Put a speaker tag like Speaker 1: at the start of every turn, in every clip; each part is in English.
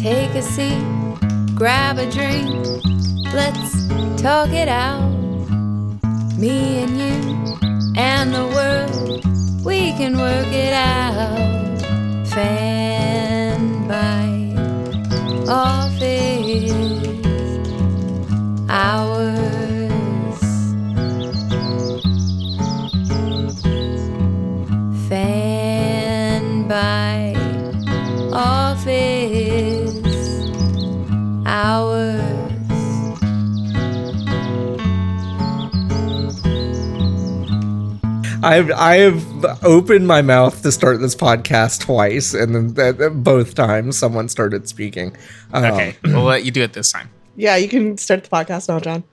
Speaker 1: to see. Grab a drink, let's talk it out. Me and you and the world, we can work it out. Fan by office hours. Fan by office hours.
Speaker 2: I've I have opened my mouth to start this podcast twice, and then th- th- both times someone started speaking. Um,
Speaker 3: Okay, we'll let you do it this time.
Speaker 4: Yeah, you can start the podcast now, John.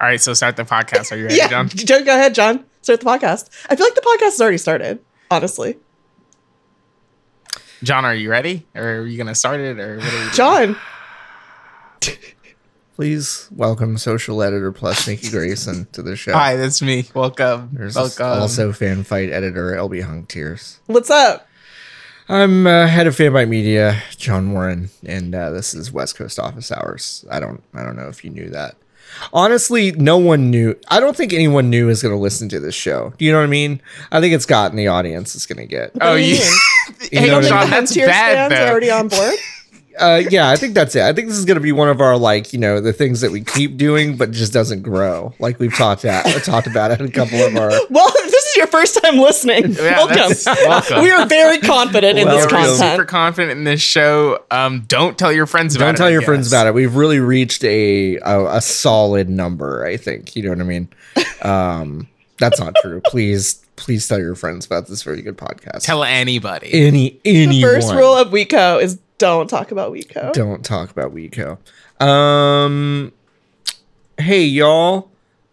Speaker 3: All right, so start the podcast. Are you ready,
Speaker 4: yeah,
Speaker 3: John?
Speaker 4: John, go ahead, John. Start the podcast. I feel like the podcast has already started. Honestly,
Speaker 3: John, are you ready? Or are you gonna start it? Or what are you
Speaker 4: John.
Speaker 2: Please welcome social editor plus Nikki Grayson to the show.
Speaker 3: Hi, that's me. Welcome.
Speaker 2: There's
Speaker 3: Welcome.
Speaker 2: also fan fight editor LB Hung Tears.
Speaker 4: What's up?
Speaker 2: I'm uh, head of Fanbyte Media, John Warren, and uh, this is West Coast office hours. I don't, I don't know if you knew that. Honestly, no one knew. I don't think anyone new is going to listen to this show. Do you know what I mean? I think it's gotten the audience it's going to get.
Speaker 3: oh,
Speaker 4: do you
Speaker 3: you.
Speaker 2: You
Speaker 3: hey,
Speaker 2: know what I
Speaker 3: John,
Speaker 2: mean?
Speaker 3: that's
Speaker 4: Tears
Speaker 3: bad.
Speaker 4: fans are
Speaker 3: Though.
Speaker 4: already on board.
Speaker 2: Uh, yeah, I think that's it. I think this is going to be one of our like, you know, the things that we keep doing but just doesn't grow. Like we've talked at, talked about it in a couple of our
Speaker 4: Well, if this is your first time listening,
Speaker 3: Yeah,
Speaker 4: welcome.
Speaker 3: that's- welcome.
Speaker 4: We are very confident in this
Speaker 2: Welcome.
Speaker 3: We're super
Speaker 4: content.
Speaker 3: confident in this show. Um, don't tell your friends about
Speaker 2: Don't
Speaker 3: it.
Speaker 2: tell your friends about it. We've really reached a, a a solid number, I think. You know what I mean? Um, that's not true. Please, please tell your friends about this very good podcast.
Speaker 3: Tell anybody.
Speaker 2: any anyone.
Speaker 4: The first rule of Wico is don't talk about Wico.
Speaker 2: Don't talk about Wico. Um, hey y'all.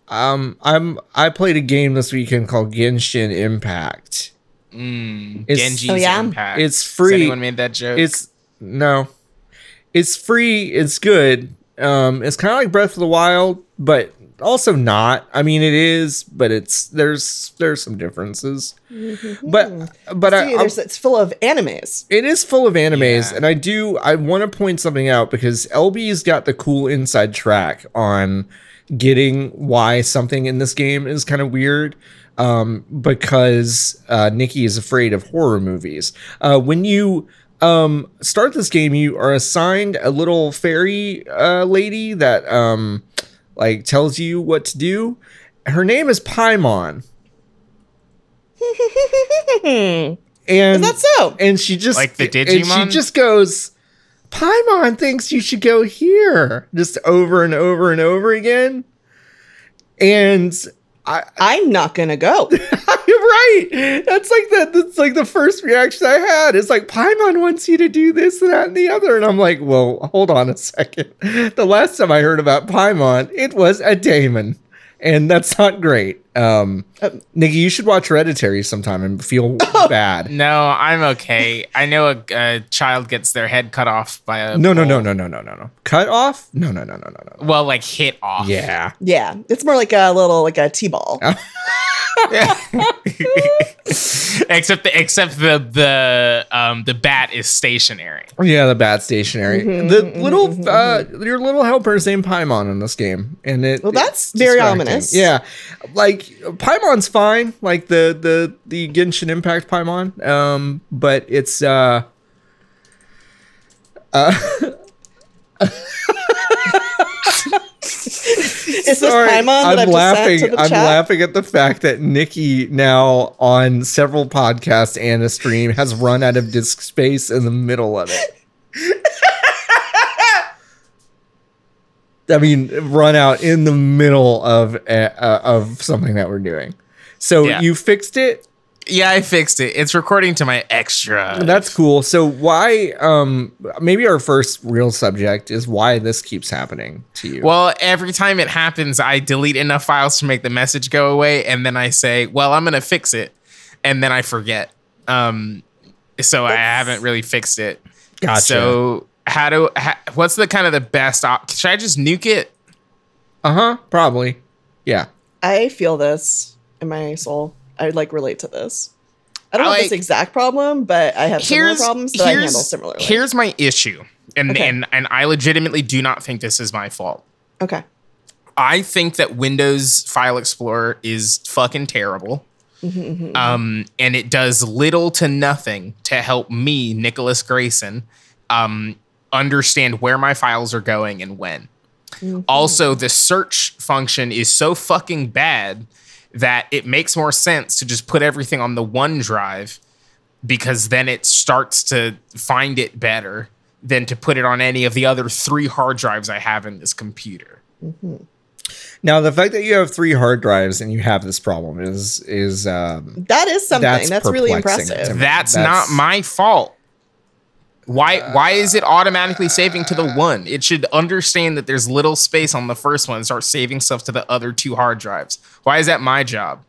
Speaker 2: Um, I'm I played a game this weekend called Genshin Impact.
Speaker 3: Mm,
Speaker 2: It's-
Speaker 3: Genji's
Speaker 4: Oh, yeah?
Speaker 3: impact.
Speaker 2: It's
Speaker 3: Has
Speaker 2: free.
Speaker 3: anyone made that joke?
Speaker 2: It's no, it's free. It's good. Um, it's kind of like Breath of the Wild, but also not. I mean, it is, but it's there's there's some differences. But but
Speaker 3: uh,
Speaker 2: I,
Speaker 4: Mm-hmm. See,
Speaker 2: I'm-
Speaker 4: there's,
Speaker 3: um,
Speaker 4: it's full of animes.
Speaker 2: it is full of animes,
Speaker 3: Yeah.
Speaker 2: and I do I want to point something out because LB's got the cool inside track on getting why something in this game is kind of weird. Um, because uh, Nikki is afraid of horror movies. Uh, when you um, start this game, you are assigned a little fairy uh, lady that um, like tells you what to do. Her name is Paimon,
Speaker 4: Hmm.
Speaker 2: and
Speaker 4: Is that so?
Speaker 2: and she just
Speaker 3: Like the
Speaker 2: and she
Speaker 3: Digimon?
Speaker 2: just goes, Paimon thinks you should go here, just over and over and over again. And I
Speaker 4: I'm not gonna go.
Speaker 2: you're right. That's like the that's like the first reaction I had. It's like Paimon wants you to do this and that and the other. And I'm like, well, hold on a second. The last time I heard about Paimon, it was a daemon. And that's not great. Um,
Speaker 4: Um,
Speaker 2: Nikki, you should watch Hereditary sometime and feel bad.
Speaker 3: no, I'm okay. I know a, a child gets their head cut off by a.
Speaker 2: No, no, no,
Speaker 3: pole.
Speaker 2: no, no, no, no, no. Cut off? No, no, no, no, no, no.
Speaker 3: Well, like hit off.
Speaker 2: Yeah.
Speaker 4: Yeah, it's more like a little like a t-ball.
Speaker 3: except the except the the um the bat is stationary.
Speaker 2: Yeah, the bat stationary.
Speaker 4: Mm-hmm,
Speaker 2: the little uh your little helper is named Paimon in this game. And it
Speaker 4: Well, that's
Speaker 2: it's
Speaker 4: very
Speaker 2: distracting.
Speaker 4: ominous.
Speaker 2: Yeah. Like Paimon's fine, like the the the Genshin Impact Paimon. Um, but it's uh
Speaker 4: Is this
Speaker 2: Sorry,
Speaker 4: Paimon that
Speaker 2: I'm
Speaker 4: I've
Speaker 2: laughing.
Speaker 4: just sent to the
Speaker 2: I'm
Speaker 4: chat?
Speaker 2: laughing at the fact that Nikki now on several podcasts and a stream has run out of disk space in the middle of it. I mean, run out in the middle of uh, uh, of something that we're doing. So
Speaker 3: Yeah.
Speaker 2: you fixed it.
Speaker 3: Yeah, I fixed it. It's recording to my extra.
Speaker 2: That's cool. So why? Um, maybe our first real subject is why this keeps happening to you.
Speaker 3: well, every time it happens, I delete enough files to make the message go away, and then I say, "Well, I'm gonna fix it," and then I forget. Um, so I haven't really fixed it.
Speaker 2: Gotcha.
Speaker 3: So how do? ha what's the kind of the best? Op- should I just nuke it?
Speaker 2: uh huh. Probably. Yeah.
Speaker 4: I feel this in my soul. I like relate to this. I don't
Speaker 3: I
Speaker 4: have this
Speaker 3: like-
Speaker 4: exact problem, but I have similar problems that I handle similarly.
Speaker 3: Here's my issue And
Speaker 4: Okay.
Speaker 3: and and I legitimately do not think this is my fault.
Speaker 4: Okay.
Speaker 3: I think that Windows File Explorer is fucking terrible. Um, and it does little to nothing to help me, Nicholas Grayson, um, understand where my files are going and when. Also, the search function is so fucking bad that it makes more sense to just put everything on the OneDrive because then it starts to find it better than to put it on any of the other three hard drives I have in this computer.
Speaker 2: Now, the fact that you have three hard drives and you have this problem is is um,
Speaker 4: That is something.
Speaker 2: That's
Speaker 4: That's, really
Speaker 2: perplexing to
Speaker 4: impressive.
Speaker 2: me.
Speaker 3: That's,
Speaker 2: That's- Uh,
Speaker 3: not my fault. Why why is it automatically saving to the one? It should understand that there's little space on the first one and start saving stuff to the other two hard drives. Why is that my job?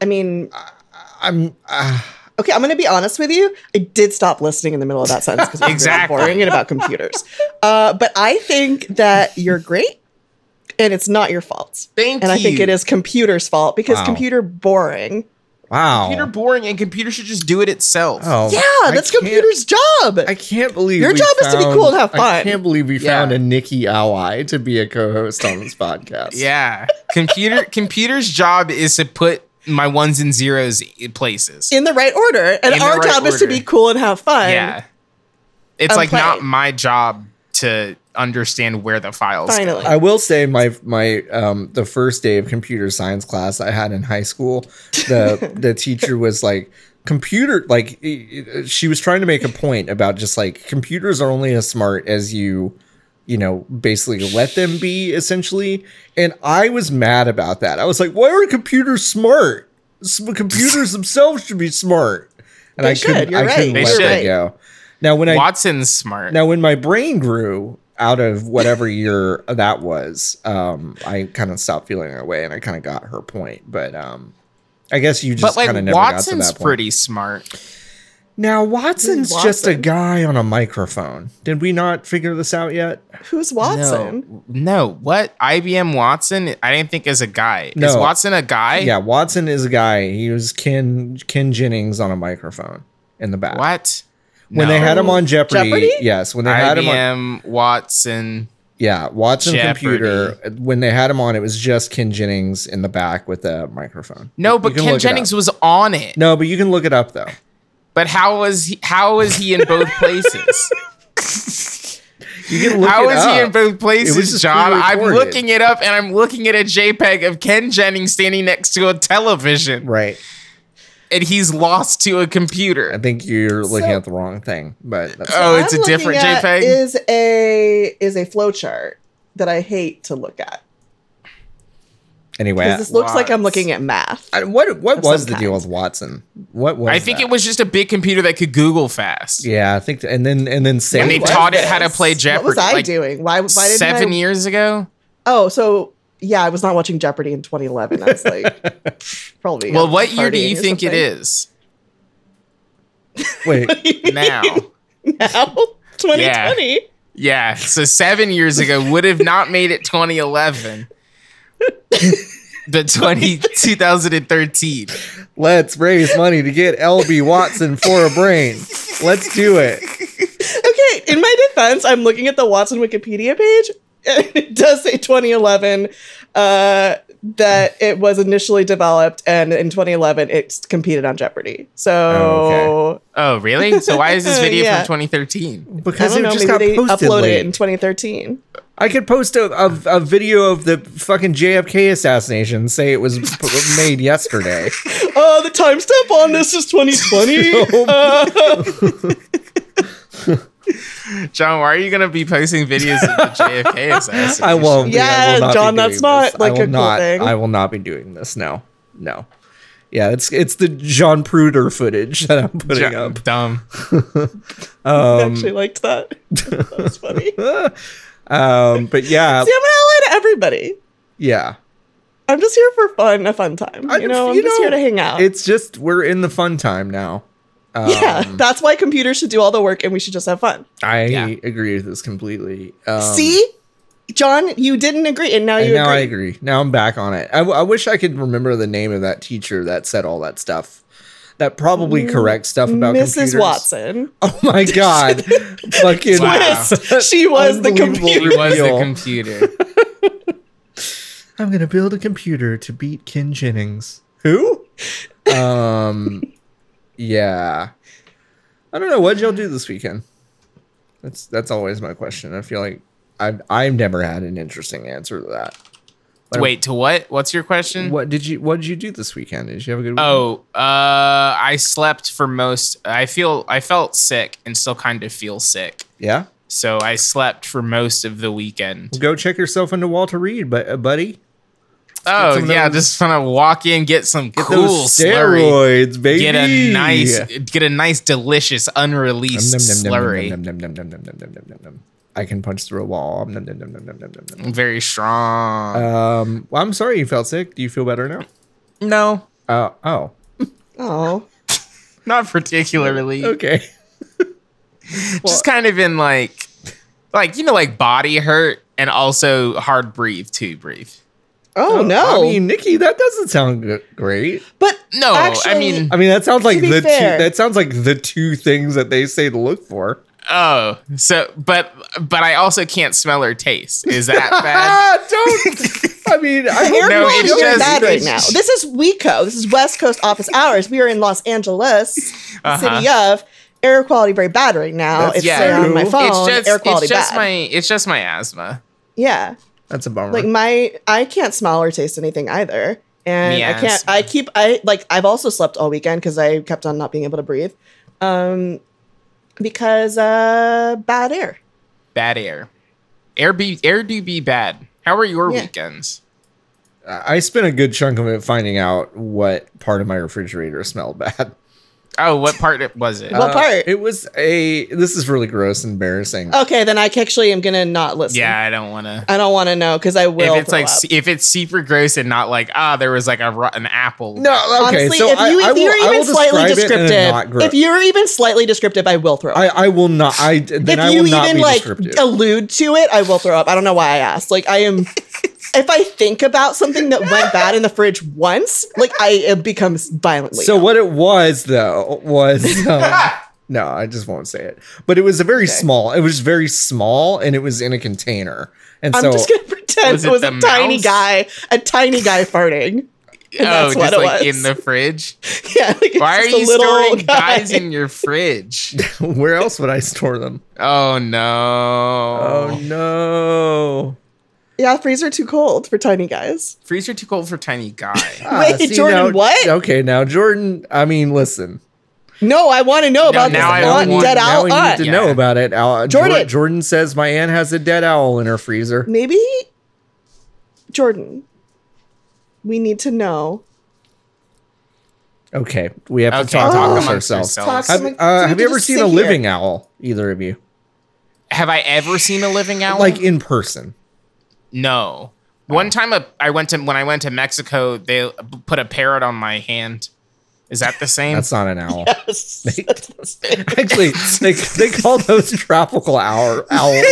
Speaker 4: I mean,
Speaker 2: I'm uh,
Speaker 4: okay, I'm going to be honest with you. I did stop listening in the middle of that sentence because it was
Speaker 3: Exactly.
Speaker 4: really boring and about computers. Uh, but I think that you're great and it's not your fault.
Speaker 3: Thank
Speaker 4: and
Speaker 3: you.
Speaker 4: I think it is computer's fault because
Speaker 2: Wow.
Speaker 4: computer boring.
Speaker 2: wow.
Speaker 3: computer boring and computer should just do it itself.
Speaker 2: Oh,
Speaker 4: Yeah,
Speaker 2: I
Speaker 4: that's
Speaker 2: can't-
Speaker 4: computer's job.
Speaker 2: I can't believe
Speaker 4: Your
Speaker 2: we
Speaker 4: job is to be
Speaker 2: found-
Speaker 4: cool and have
Speaker 2: I
Speaker 4: fun.
Speaker 2: can't believe we
Speaker 3: Yeah.
Speaker 2: found a Nikki ally to be a co-host on this podcast.
Speaker 3: Yeah. Computer computer's job is to put my ones and zeros in places.
Speaker 4: in the right order. And
Speaker 3: In the
Speaker 4: our
Speaker 3: right
Speaker 4: job is to
Speaker 3: order.
Speaker 4: be cool and have fun.
Speaker 3: yeah. It's
Speaker 4: Um,
Speaker 3: like
Speaker 4: play.
Speaker 3: not my job to understand where the files go.
Speaker 4: Finally.
Speaker 2: I will say my my um the first day of computer science class I had in high school, the the teacher was like computer like i- i- she was trying to make a point about just like computers are only as smart as you you know basically let them be essentially and I was mad about that. I was like why are computers smart? S- Computers themselves should be smart. And
Speaker 4: They
Speaker 2: I
Speaker 4: should,
Speaker 2: couldn't
Speaker 4: you're
Speaker 2: I
Speaker 4: right,
Speaker 2: couldn't
Speaker 3: they
Speaker 2: let that
Speaker 3: should.
Speaker 2: go. Now when I
Speaker 3: Watson's smart.
Speaker 2: now, when my brain grew out of whatever year that was, um, I kind of stopped feeling that way, and I kind of got her point. But um, I guess you just
Speaker 3: but
Speaker 2: kind of
Speaker 3: like
Speaker 2: never
Speaker 3: Watson's
Speaker 2: got to that point.
Speaker 3: pretty smart.
Speaker 2: Now, Watson's
Speaker 4: Who's
Speaker 2: just a
Speaker 4: Watson?
Speaker 2: guy on a microphone. Did we not figure this out yet?
Speaker 4: Who's Watson?
Speaker 3: No, no, what IBM Watson? I didn't think is a guy. Is
Speaker 2: No.
Speaker 3: Watson a guy?
Speaker 2: Yeah, Watson is a guy. He was Ken Ken Jennings on a microphone in the back
Speaker 3: What?
Speaker 2: when they had him on Jeopardy.
Speaker 4: Jeopardy?
Speaker 2: Yes, when they had him on
Speaker 3: IBM Watson.
Speaker 2: Yeah, Watson
Speaker 3: Jeopardy.
Speaker 2: computer. When they had him on, it was just Ken Jennings in the back with a microphone.
Speaker 3: No,
Speaker 2: You
Speaker 3: but
Speaker 2: can
Speaker 3: Ken
Speaker 2: look it up.
Speaker 3: Jennings was on it.
Speaker 2: No, but you can look it up though.
Speaker 3: But how was he? How was he in both places?
Speaker 2: You can look
Speaker 3: How
Speaker 2: it
Speaker 3: is he
Speaker 2: up.
Speaker 3: in both
Speaker 2: It was
Speaker 3: places,
Speaker 2: just
Speaker 3: John? I'm
Speaker 2: pre-recorded.
Speaker 3: looking it up and I'm looking at a JPEG of Ken Jennings standing next to a television
Speaker 2: Right.
Speaker 3: and he's lost to a
Speaker 2: I
Speaker 3: computer.
Speaker 2: think you're looking
Speaker 4: So-
Speaker 2: at the wrong thing, but that's
Speaker 3: Oh, it's
Speaker 4: I'm
Speaker 3: a different
Speaker 4: looking at
Speaker 3: JPEG.
Speaker 4: Is a is a flowchart that I hate to look at
Speaker 2: anyway.
Speaker 4: because this looks like I'm
Speaker 3: lots.
Speaker 4: looking at math.
Speaker 2: I- what what
Speaker 4: of
Speaker 2: was
Speaker 4: some
Speaker 2: the deal
Speaker 4: kind.
Speaker 2: with Watson? What was
Speaker 3: I think
Speaker 2: that?
Speaker 3: it was just a big computer that could Google fast.
Speaker 2: Yeah, I think, and then and then Sam.
Speaker 3: And they
Speaker 4: What
Speaker 3: taught
Speaker 4: is
Speaker 3: it how to play
Speaker 4: What was
Speaker 3: Jeopardy,
Speaker 4: I
Speaker 3: like,
Speaker 4: doing? Why? Why didn't
Speaker 3: Seven
Speaker 4: I?
Speaker 3: years ago.
Speaker 4: Oh, so yeah, I was not watching Jeopardy in 2011. I was like, probably.
Speaker 3: Well,
Speaker 4: out
Speaker 3: what year do
Speaker 4: partying
Speaker 3: you
Speaker 4: or
Speaker 3: think it is
Speaker 4: something.
Speaker 2: Wait,
Speaker 3: now?
Speaker 4: now? 2020.
Speaker 3: yeah, so seven years ago would have not made it 2011, but 20, 2013.
Speaker 2: let's raise money to get LB Watson for a brain. Let's do it.
Speaker 4: Okay, in my defense, I'm looking at the Watson Wikipedia page, and it does say 2011 uh, that it was initially developed, and in 2011 it competed on Jeopardy. So
Speaker 2: Oh,
Speaker 3: Oh, really? So why is this video
Speaker 4: Yeah.
Speaker 3: from 2013?
Speaker 4: I
Speaker 2: Because
Speaker 4: don't
Speaker 2: it
Speaker 4: know,
Speaker 2: just
Speaker 4: maybe
Speaker 2: got
Speaker 4: they
Speaker 2: posted
Speaker 4: uploaded
Speaker 2: late.
Speaker 4: it in 2013.
Speaker 2: I could post a, a, a video of the fucking JFK assassination and say it was p- made yesterday.
Speaker 4: Oh, the timestamp on this is 2020. Uh,
Speaker 3: John, why are you gonna be posting videos of the JFK assassination?
Speaker 2: I won't. be- I will
Speaker 4: Yeah,
Speaker 2: not be
Speaker 4: John,
Speaker 2: doing
Speaker 4: that's not,
Speaker 2: this. I
Speaker 4: like,
Speaker 2: will
Speaker 4: a cool
Speaker 2: not-
Speaker 4: thing.
Speaker 2: I will not be doing this. No, no. Yeah, it's it's the John Pruder footage that I'm putting
Speaker 3: John,
Speaker 2: up.
Speaker 3: dumb.
Speaker 4: I actually liked that. That was funny. See,
Speaker 2: Um, but yeah,
Speaker 4: I'm an ally to everybody.
Speaker 2: yeah.
Speaker 4: I'm just here for fun, a fun time.
Speaker 2: I-
Speaker 4: you know, I'm just here to hang out.
Speaker 2: It's just we're in the fun time now. Um,
Speaker 4: yeah, that's why computers should do all the work, and we should just have fun.
Speaker 2: I
Speaker 3: Yeah.
Speaker 2: agree with this completely. Um,
Speaker 4: See, John, you didn't agree, and now you
Speaker 2: And now I
Speaker 4: agree.
Speaker 2: agree. Now I'm back on it. I, w- I wish I could remember the name of that teacher that said all that stuff. that probably corrects stuff about
Speaker 4: Mrs.
Speaker 2: computers.
Speaker 4: Mm, Watson.
Speaker 2: Oh my god. Fucking
Speaker 3: Wow.
Speaker 4: Yes, she was the
Speaker 2: Unbelievable.
Speaker 4: computer.
Speaker 3: It was the
Speaker 2: Real.
Speaker 3: computer.
Speaker 2: I'm gonna build a computer to beat Ken Jennings. Who? Um Yeah. I don't know, what'd y'all do this weekend? That's that's always my question. I feel like I've I've never had an interesting answer to that.
Speaker 3: Wait, to what? What's your question?
Speaker 2: What did you what did you do this weekend? Did you have a good weekend?
Speaker 3: Oh, uh, I slept for most. I feel I felt sick and still kind of feel sick.
Speaker 2: Yeah.
Speaker 3: So I slept for most of the weekend.
Speaker 2: Go check yourself into Walter Reed, but uh, buddy.
Speaker 3: Oh
Speaker 2: some of
Speaker 3: yeah,
Speaker 2: those-
Speaker 3: just want to walk in, get some cool
Speaker 2: Those
Speaker 3: slurry,
Speaker 2: steroids, baby.
Speaker 3: get a nice, get a nice, delicious, unreleased
Speaker 2: Nom, nom, nom,
Speaker 3: slurry.
Speaker 2: nom, nom, nom, nom, nom, nom, nom, nom, nom, nom. I can punch through a wall. Nom, nom, nom, nom, nom, nom, nom, nom.
Speaker 3: Very strong.
Speaker 2: Um, well, I'm sorry you felt sick. Do you feel better now?
Speaker 3: no,
Speaker 2: Uh, oh,
Speaker 4: Oh,
Speaker 3: not particularly.
Speaker 2: okay.
Speaker 3: Just kind of in like, like you know, like body hurt and also hard breathe too. Breathe.
Speaker 4: oh
Speaker 2: Um, I
Speaker 4: no!
Speaker 2: mean, Nikki, that doesn't sound g- great.
Speaker 4: but
Speaker 3: No, I
Speaker 4: Actually-
Speaker 3: mean,
Speaker 2: I mean, that sounds like
Speaker 4: be
Speaker 2: the two,
Speaker 4: fair-
Speaker 2: that sounds like the two things that they say to look for.
Speaker 3: oh, so but but I also can't smell or taste. Is that bad?
Speaker 4: Uh,
Speaker 2: Ah, don't. I mean, I
Speaker 4: air
Speaker 2: hope
Speaker 3: No,
Speaker 4: quality
Speaker 3: it's
Speaker 4: is
Speaker 3: just-
Speaker 4: bad right
Speaker 3: it's
Speaker 4: now.
Speaker 3: just-
Speaker 4: This is WECO. This is West Coast office hours. We are in Los Angeles, the
Speaker 3: Uh-huh.
Speaker 4: city of air quality very bad right now.
Speaker 2: That's
Speaker 4: it's
Speaker 3: yeah.
Speaker 4: there on my
Speaker 2: true.
Speaker 4: phone.
Speaker 3: it's just
Speaker 4: air quality
Speaker 3: it's just
Speaker 4: bad.
Speaker 3: my it's just my asthma.
Speaker 4: yeah,
Speaker 2: that's a bummer.
Speaker 4: like my I can't smell or taste anything either, and
Speaker 3: Me
Speaker 4: I can't.
Speaker 3: asthma.
Speaker 4: I keep I like I've also slept all weekend because I kept on not being able to breathe, um, because uh bad air.
Speaker 3: Bad air. Air be air do be bad. How are your
Speaker 4: Yeah.
Speaker 3: weekends?
Speaker 2: I spent a good chunk of it finding out what part of my refrigerator smelled bad. Uh,
Speaker 3: Oh, what part was it?
Speaker 4: What part?
Speaker 2: It was a. This is really gross, and embarrassing.
Speaker 4: Okay, then I actually am gonna not listen.
Speaker 3: yeah, I don't want to.
Speaker 4: I don't want to know because I will.
Speaker 3: If it's
Speaker 4: throw
Speaker 3: like
Speaker 4: up.
Speaker 3: se- if it's super gross and not like ah, there was like a rotten apple.
Speaker 2: No, okay.
Speaker 4: Honestly,
Speaker 2: so
Speaker 4: if you
Speaker 2: I, I
Speaker 4: if
Speaker 2: will,
Speaker 4: you're
Speaker 2: I will
Speaker 4: even slightly
Speaker 2: describe it and then not
Speaker 4: descriptive,
Speaker 2: gross.
Speaker 4: if you're even slightly descriptive, I will throw up.
Speaker 2: I, I will not. I then
Speaker 4: if
Speaker 2: I
Speaker 4: you
Speaker 2: will not
Speaker 4: even
Speaker 2: be
Speaker 4: like
Speaker 2: descriptive.
Speaker 4: allude to it, I will throw up. I don't know why I asked. Like I am, if I think about something that went bad in the fridge once, like I it becomes violently.
Speaker 2: So what it was though was um, no, I just won't say it. But it was a very small. It was very small, and it was in a container. And
Speaker 4: I'm
Speaker 2: so
Speaker 4: just gonna pretend
Speaker 3: Was
Speaker 4: it
Speaker 3: it
Speaker 4: was a
Speaker 3: the
Speaker 4: tiny
Speaker 3: mouse?
Speaker 4: guy, a tiny guy farting.
Speaker 3: oh,
Speaker 4: that's
Speaker 3: just
Speaker 4: what it
Speaker 3: like
Speaker 4: was.
Speaker 3: in the fridge.
Speaker 4: Yeah, like it's
Speaker 3: Why are
Speaker 4: just a
Speaker 3: you
Speaker 4: little
Speaker 3: storing
Speaker 4: guy.
Speaker 3: guys in your fridge?
Speaker 2: where else would I store them?
Speaker 3: Oh no!
Speaker 2: Oh no!
Speaker 4: yeah, freezer too cold for tiny guys.
Speaker 3: Freezer too cold for tiny guy.
Speaker 2: Ah,
Speaker 4: Wait, Jordan,
Speaker 2: now-
Speaker 4: what?
Speaker 2: Okay, now Jordan. I mean, listen.
Speaker 4: No, I want to know about
Speaker 3: now I
Speaker 4: this aunt,
Speaker 3: want-
Speaker 4: dead
Speaker 2: now
Speaker 4: owl
Speaker 2: we
Speaker 4: aunt.
Speaker 2: need to
Speaker 3: Yeah.
Speaker 2: know about it. Uh, Jor-
Speaker 4: Jordan!
Speaker 2: Jordan says my aunt has a dead owl in her freezer.
Speaker 4: maybe Jordan, we need to know.
Speaker 2: Okay, we have
Speaker 3: Okay,
Speaker 2: to talk,
Speaker 3: talk
Speaker 2: amongst
Speaker 3: amongst
Speaker 2: ourselves.
Speaker 3: yourselves.
Speaker 2: Have,
Speaker 4: Talk amongst-
Speaker 2: uh,
Speaker 4: Oh. we
Speaker 2: have
Speaker 4: can
Speaker 2: you ever
Speaker 4: just
Speaker 2: seen
Speaker 4: sit
Speaker 2: a
Speaker 4: here.
Speaker 2: living owl? Either of you,
Speaker 3: Have I ever seen a living owl?
Speaker 2: like in person?
Speaker 3: no.
Speaker 4: Oh.
Speaker 3: One time, a, I went to when I went to Mexico, they put a parrot on my hand. Is that the same?
Speaker 2: That's not an owl.
Speaker 4: Yes.
Speaker 2: Actually, they, they call those tropical owl, owls.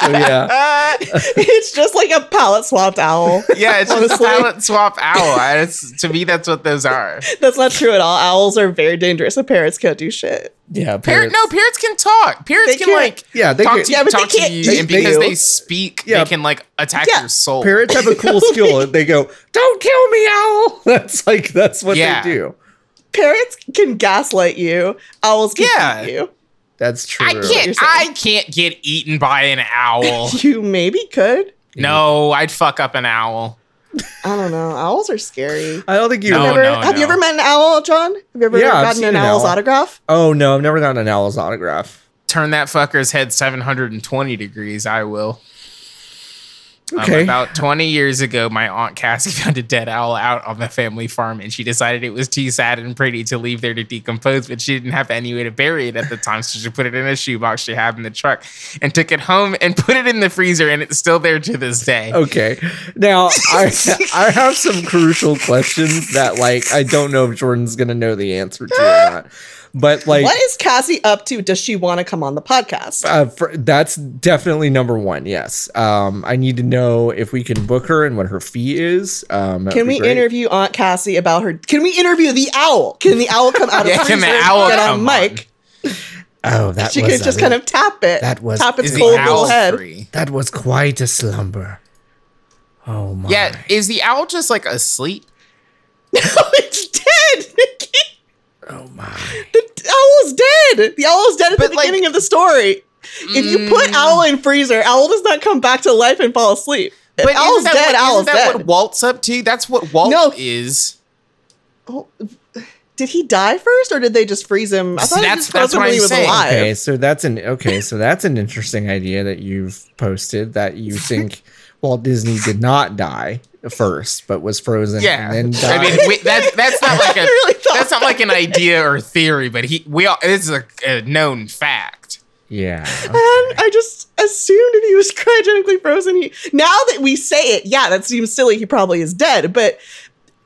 Speaker 2: So yeah,
Speaker 3: Uh,
Speaker 4: it's just like a palette swapped owl.
Speaker 3: yeah, it's just a
Speaker 4: Honestly.
Speaker 3: palette swap owl. I- It's, to me, that's what those are.
Speaker 4: That's not true at all. Owls are very dangerous. and parrots can't do shit.
Speaker 2: yeah.
Speaker 3: Parrot,
Speaker 2: parrots-
Speaker 3: no, parrots can talk. Parrots
Speaker 4: They
Speaker 3: can,
Speaker 4: can.
Speaker 3: like
Speaker 2: yeah, they
Speaker 3: talk
Speaker 2: get-
Speaker 3: to you,
Speaker 4: Yeah, but they
Speaker 3: talk to
Speaker 4: can't
Speaker 3: you,
Speaker 2: eat
Speaker 3: and because
Speaker 2: you.
Speaker 3: they speak,
Speaker 2: Yeah.
Speaker 3: they can like attack
Speaker 4: Yeah.
Speaker 3: your soul.
Speaker 2: parrots have a cool skill. They go, "Don't kill me, owl." That's like that's what
Speaker 3: Yeah.
Speaker 2: they do.
Speaker 4: Parrots can gaslight you. Owls can
Speaker 3: Yeah.
Speaker 4: eat you.
Speaker 2: That's true.
Speaker 3: I
Speaker 4: you're
Speaker 3: can't.
Speaker 4: saying.
Speaker 3: I can't get eaten by an owl.
Speaker 4: You maybe could.
Speaker 3: no, I'd fuck up an owl.
Speaker 4: I don't know. Owls are scary.
Speaker 2: I don't think you.
Speaker 3: No,
Speaker 4: Ever-
Speaker 3: no,
Speaker 4: have you
Speaker 3: no.
Speaker 4: ever met an owl, John? Have you ever
Speaker 2: Yeah, I've
Speaker 4: gotten
Speaker 2: seen
Speaker 4: an
Speaker 2: an
Speaker 4: owl's
Speaker 2: owl.
Speaker 4: autograph?
Speaker 2: Oh no, I've never gotten an owl's autograph.
Speaker 3: Turn that fucker's head 720 degrees. I will. Um,
Speaker 2: Okay.
Speaker 3: about 20 years ago, my aunt Cassie found a dead owl out on the family farm, and she decided it was too sad and pretty to leave there to decompose, but she didn't have any way to bury it at the time, so she put it in a shoebox she had in the truck and took it home and put it in the freezer, and it's still there to this day.
Speaker 2: Okay, now I I have some crucial questions that like I don't know if Jordan's gonna know the answer to or not. But like,
Speaker 4: what is Cassie up to? Does she want to come on the podcast?
Speaker 2: uh, for, that's definitely number one. Yes. Um, I need to know if we can book her and what her fee is. Um, that
Speaker 4: Can
Speaker 2: would be
Speaker 4: we
Speaker 2: great.
Speaker 4: interview Aunt Cassie about her? Can we interview the owl? Can the owl come out of
Speaker 3: Yeah,
Speaker 4: the
Speaker 3: can the
Speaker 4: freezer and
Speaker 3: owl
Speaker 4: get on
Speaker 3: come on?
Speaker 4: mic?
Speaker 2: Oh, that
Speaker 4: She
Speaker 2: was
Speaker 4: could just
Speaker 2: a-
Speaker 4: kind of tap it.
Speaker 2: that was-
Speaker 4: tap its
Speaker 3: Is
Speaker 4: cold
Speaker 3: the
Speaker 4: little
Speaker 3: owl
Speaker 4: head.
Speaker 3: free?
Speaker 2: That was quite a slumber. Oh my.
Speaker 3: Yeah, is the owl just like asleep?
Speaker 4: No, Oh, it's dead. Nikki.
Speaker 2: Oh my.
Speaker 4: The owl's dead. The owl's dead at
Speaker 3: But,
Speaker 4: the
Speaker 3: like-
Speaker 4: beginning of the story. If you
Speaker 3: Mm.
Speaker 4: put owl in freezer, owl does not come back to life and fall asleep. But
Speaker 3: But
Speaker 4: owl's
Speaker 3: isn't that
Speaker 4: dead.
Speaker 3: what,
Speaker 4: owl's
Speaker 3: isn't that
Speaker 4: dead.
Speaker 3: what Walt's up to? That's what Walt
Speaker 4: No.
Speaker 3: is.
Speaker 4: Oh, did he die first, or did they just freeze him? I
Speaker 3: So
Speaker 4: thought
Speaker 3: that's-
Speaker 4: he just
Speaker 3: that's
Speaker 4: froze him
Speaker 3: what
Speaker 4: when
Speaker 3: I'm
Speaker 4: he was
Speaker 3: saying.
Speaker 4: alive.
Speaker 2: Okay, so that's an okay, so that's an interesting idea that you've posted that you think Walt Disney did not die first, but was frozen
Speaker 3: Yeah,
Speaker 2: and then
Speaker 3: I
Speaker 2: died.
Speaker 3: mean we, that, that's not like a
Speaker 4: really thought
Speaker 3: that's not like an idea or theory, but he we all this is a, a known fact.
Speaker 2: yeah.
Speaker 4: And I just assumed if he was cryogenically frozen, he. Now that we say it, yeah, that seems silly. He probably is dead. But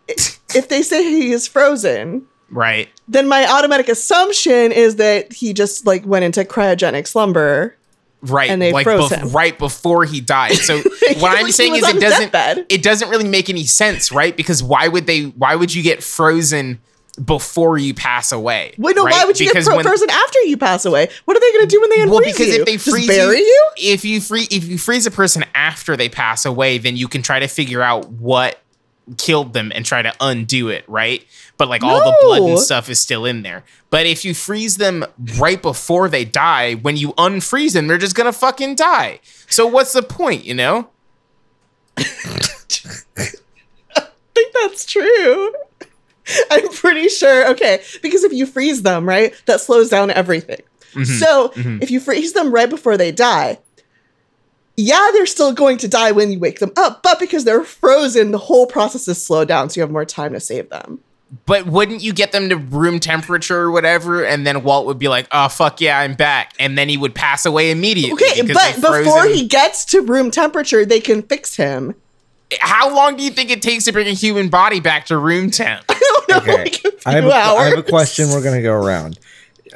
Speaker 4: i- if they say he is frozen,
Speaker 3: Right.
Speaker 4: then my automatic assumption is that he just like went into cryogenic slumber.
Speaker 3: Right.
Speaker 4: And they
Speaker 3: like
Speaker 4: froze him.
Speaker 3: right before he died. So what
Speaker 4: He
Speaker 3: I'm
Speaker 4: was
Speaker 3: saying is
Speaker 4: on
Speaker 3: it
Speaker 4: his
Speaker 3: doesn't
Speaker 4: deathbed.
Speaker 3: it doesn't really make any sense, right? Because why would they why would you get frozen before you pass away?
Speaker 4: Well, no, why
Speaker 3: right?
Speaker 4: would you
Speaker 3: Because
Speaker 4: get pro-
Speaker 3: when-
Speaker 4: frozen after you pass away? What are they going to do when they unfreeze
Speaker 3: well, because
Speaker 4: you?
Speaker 3: if they
Speaker 4: Just
Speaker 3: freeze
Speaker 4: bury you,
Speaker 3: if you free if you freeze a person after they pass away, then you can try to figure out what killed them and try to undo it, right? But like all the blood
Speaker 4: No.
Speaker 3: and stuff is still in there. But if you freeze them right before they die, when you unfreeze them, they're just gonna fucking die. So what's the point, you know?
Speaker 4: I think that's true. I'm pretty sure. Okay, because if you freeze them, right, that slows down everything.
Speaker 2: Mm-hmm.
Speaker 4: So if you freeze them right before they die, yeah, they're still going to die when you wake them up, but because they're frozen, the whole process is slowed down, so you have more time to save them.
Speaker 3: But wouldn't you get them to room temperature or whatever, and then Walt would be like, "Oh fuck yeah, I'm back," and then he would pass away immediately.
Speaker 4: Okay,
Speaker 3: because
Speaker 4: but
Speaker 3: they froze
Speaker 4: before
Speaker 3: him.
Speaker 4: he gets to room temperature, they can fix him.
Speaker 3: how long do you think it takes to bring a human body back to room temp?
Speaker 4: No,
Speaker 2: Okay.
Speaker 4: like a few
Speaker 2: I have, a, I have a
Speaker 4: hours.
Speaker 2: question. We're gonna go around.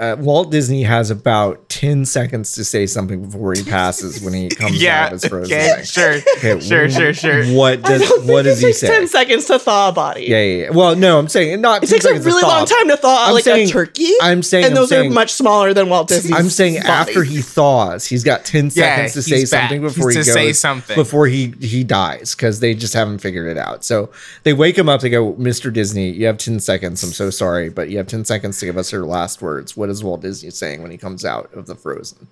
Speaker 2: Uh, Walt Disney has about ten seconds to say something before he passes when he comes out of his frozen.
Speaker 3: okay,
Speaker 2: thing.
Speaker 3: sure,
Speaker 2: Okay,
Speaker 3: sure, sure, sure.
Speaker 2: What
Speaker 4: I
Speaker 2: does
Speaker 4: don't think
Speaker 2: what
Speaker 4: it
Speaker 2: does he
Speaker 4: takes
Speaker 2: say?
Speaker 4: Ten seconds to thaw a body.
Speaker 2: Yeah, yeah, yeah. Well, no, I'm saying not.
Speaker 4: It takes a really long time to thaw
Speaker 2: I'm
Speaker 4: like
Speaker 2: saying-
Speaker 4: a turkey.
Speaker 2: I'm saying-
Speaker 4: and
Speaker 2: I'm
Speaker 4: those
Speaker 2: saying-
Speaker 4: are much smaller than Walt Disney's.
Speaker 2: I'm saying
Speaker 4: body.
Speaker 2: after he thaws, he's got ten
Speaker 3: Yeah,
Speaker 2: seconds to
Speaker 3: he's
Speaker 2: say
Speaker 3: back.
Speaker 2: something before he
Speaker 3: To
Speaker 2: goes
Speaker 3: say something.
Speaker 2: before he he dies because they just haven't figured it out. So they wake him up. They go, Mister Disney, you have ten seconds. I'm so sorry, but you have ten seconds to give us your last words. What is Walt Disney saying when he comes out of the frozen?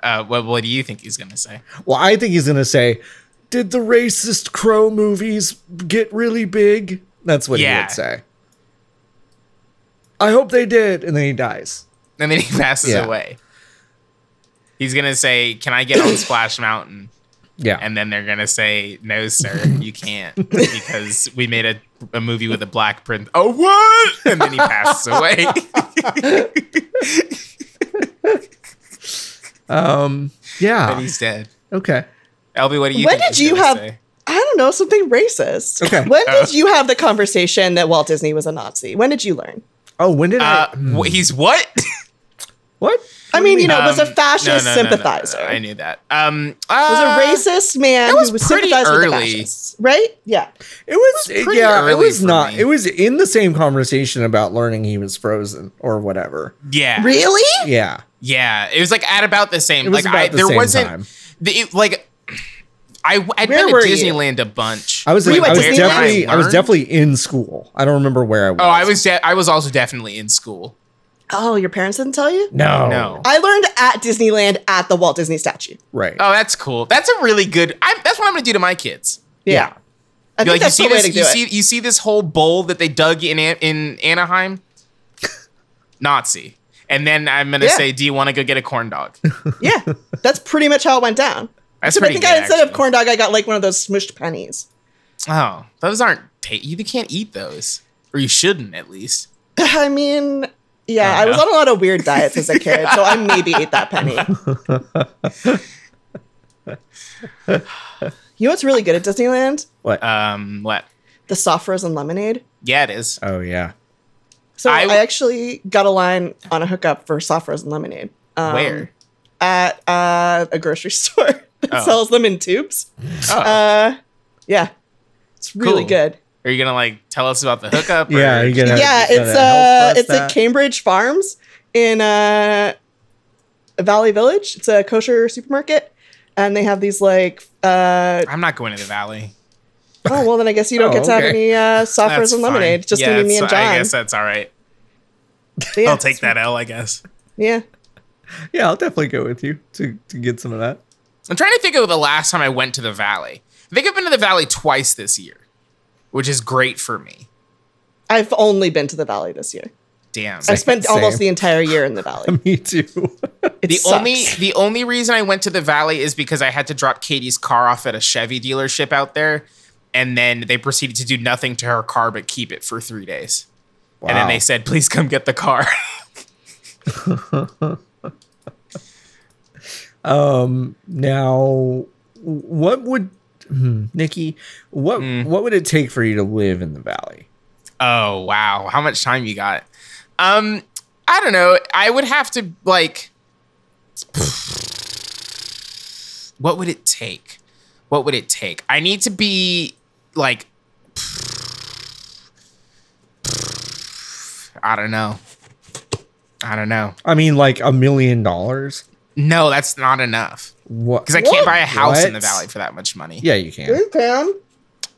Speaker 3: Uh, what, what do you think he's gonna say?
Speaker 2: Well, I think he's gonna say, "Did the racist crow movies get really big?" That's what he
Speaker 3: Yeah.
Speaker 2: would say. I hope they did, and then he dies.
Speaker 3: And then he passes
Speaker 2: Yeah.
Speaker 3: away. He's gonna say, "Can I get on Splash Mountain?"
Speaker 2: Yeah,
Speaker 3: And then they're gonna say, "No, sir, you can't, because we made a, a movie with a black prince." Oh, what? And then he passes away.
Speaker 2: um,
Speaker 3: and
Speaker 2: yeah,
Speaker 3: he's dead.
Speaker 2: okay.
Speaker 3: Elby, what do you?
Speaker 4: When
Speaker 3: think
Speaker 4: did
Speaker 3: he's
Speaker 4: you
Speaker 3: gonna
Speaker 4: have-
Speaker 3: say?
Speaker 4: I don't know something racist.
Speaker 2: Okay.
Speaker 4: When
Speaker 3: Uh.
Speaker 4: did you have the conversation that Walt Disney was a Nazi? When did you learn?
Speaker 2: Oh, when did
Speaker 3: Uh,
Speaker 2: I?
Speaker 3: wh- he's what?
Speaker 2: What?
Speaker 4: I mean, you know, was a
Speaker 3: Um,
Speaker 4: fascist
Speaker 3: no, no, no, no, no.
Speaker 4: sympathizer.
Speaker 3: I knew that. Um, uh,
Speaker 4: Was a racist man
Speaker 3: was
Speaker 4: who was
Speaker 3: pretty
Speaker 4: sympathized with
Speaker 3: early.
Speaker 4: the fascists, right? Yeah.
Speaker 2: It was, it-
Speaker 3: pretty
Speaker 2: yeah, it
Speaker 3: early
Speaker 2: was
Speaker 3: for
Speaker 2: not.
Speaker 3: me.
Speaker 2: It was in the same conversation about learning he was frozen or whatever.
Speaker 3: Yeah.
Speaker 4: Really?
Speaker 2: Yeah,
Speaker 3: Yeah, it was like at about the same.
Speaker 2: it was
Speaker 3: like
Speaker 2: about
Speaker 3: I,
Speaker 2: the
Speaker 3: there
Speaker 2: same
Speaker 3: wasn't
Speaker 2: time.
Speaker 3: The, it, like I I'd
Speaker 4: Where
Speaker 3: been
Speaker 4: were
Speaker 3: to
Speaker 4: you?
Speaker 3: Disneyland a bunch.
Speaker 2: I was.
Speaker 4: Were you
Speaker 2: I
Speaker 4: at
Speaker 2: was
Speaker 4: Disneyland?
Speaker 2: definitely. I, was
Speaker 3: learned-
Speaker 2: definitely in school. I don't remember where I was.
Speaker 3: Oh, I was. De- I was also definitely in school.
Speaker 4: Oh, your parents didn't tell you?
Speaker 2: No,
Speaker 3: No.
Speaker 4: I learned at Disneyland at the Walt Disney statue.
Speaker 2: right.
Speaker 3: Oh, that's cool. That's a really good. I, that's what I'm gonna do to my kids.
Speaker 4: Yeah.
Speaker 2: Yeah.
Speaker 3: Be
Speaker 4: I think
Speaker 3: like, you
Speaker 4: that's
Speaker 3: see
Speaker 4: the way
Speaker 3: this?
Speaker 4: to do
Speaker 3: You
Speaker 4: it.
Speaker 3: see, you see this whole bowl that they dug in An- in Anaheim. Nazi. And then I'm gonna
Speaker 4: Yeah.
Speaker 3: say, do you want to go get a corn dog?
Speaker 4: Yeah, that's pretty much how it went down.
Speaker 3: That's
Speaker 4: Except I
Speaker 3: pretty
Speaker 4: think
Speaker 3: good,
Speaker 4: I, instead of
Speaker 3: actually.
Speaker 4: corn dog, I got like one of those smushed pennies.
Speaker 3: Oh, those aren't. Ta- you can't eat those, or you shouldn't at least.
Speaker 4: I mean, yeah,
Speaker 3: Oh,
Speaker 4: I was
Speaker 3: no.
Speaker 4: on a lot of weird diets as a kid, so I maybe ate that penny. you know what's really good at Disneyland?
Speaker 2: What?
Speaker 3: Um, what?
Speaker 4: The soft frozen lemonade.
Speaker 3: Yeah, it is.
Speaker 2: oh yeah.
Speaker 4: So
Speaker 3: I
Speaker 4: I,
Speaker 3: w-
Speaker 4: actually got a line on a hookup for soft frozen lemonade. Um,
Speaker 3: Where?
Speaker 4: At uh, a grocery store that
Speaker 3: Oh.
Speaker 4: sells them in tubes.
Speaker 3: Oh.
Speaker 4: Uh, yeah, it's really
Speaker 3: Cool.
Speaker 4: good.
Speaker 3: Are you gonna like tell us about the hookup?
Speaker 2: Yeah,
Speaker 3: or-
Speaker 2: you get- Yeah,
Speaker 4: yeah,
Speaker 2: it's
Speaker 4: it's
Speaker 2: not a
Speaker 4: uh,
Speaker 2: health class,
Speaker 4: it's
Speaker 2: that.
Speaker 4: at Cambridge Farms in uh, Valley Village. It's a kosher supermarket, and they have these like. Uh,
Speaker 3: I'm not going to the valley.
Speaker 4: oh well, then I guess you don't
Speaker 2: Oh,
Speaker 4: get to have
Speaker 2: okay.
Speaker 4: any uh, soft
Speaker 3: That's
Speaker 4: frozen
Speaker 3: fine.
Speaker 4: lemonade. It's Just
Speaker 3: Yeah,
Speaker 4: gonna be me and
Speaker 3: it's-
Speaker 4: John.
Speaker 3: I guess that's all right.
Speaker 4: But yeah,
Speaker 3: I'll take that L, I guess.
Speaker 4: Yeah,
Speaker 2: Yeah, I'll definitely go with you to, to get some of that.
Speaker 3: I'm trying to think of the last time I went to the valley. I think I've been to the valley twice this year, which is great for me.
Speaker 4: I've only been to the Valley this year.
Speaker 3: Damn.
Speaker 4: I spent
Speaker 2: Same.
Speaker 4: almost the entire year in the Valley.
Speaker 2: Me too.
Speaker 4: It
Speaker 3: The
Speaker 4: sucks.
Speaker 3: only the only reason I went to the valley is because I had to drop Katie's car off at a Chevy dealership out there, and then they proceeded to do nothing to her car but keep it for three days. And then
Speaker 2: Wow.
Speaker 3: they said, "Please come get the car."
Speaker 2: Now, what would hmm, Nikki? What
Speaker 3: Hmm.
Speaker 2: what would it take for you to live in the valley?
Speaker 3: oh wow, how much time you got? Um, I don't know. I would have to like, what would it take? What would it take? I need to be like, I don't know. I don't know.
Speaker 2: I mean, like a million dollars.
Speaker 3: No, that's not enough.
Speaker 2: What?
Speaker 3: Because I can't buy a house in the
Speaker 2: What?
Speaker 3: valley for that much money.
Speaker 2: Yeah, you can.
Speaker 4: Good town.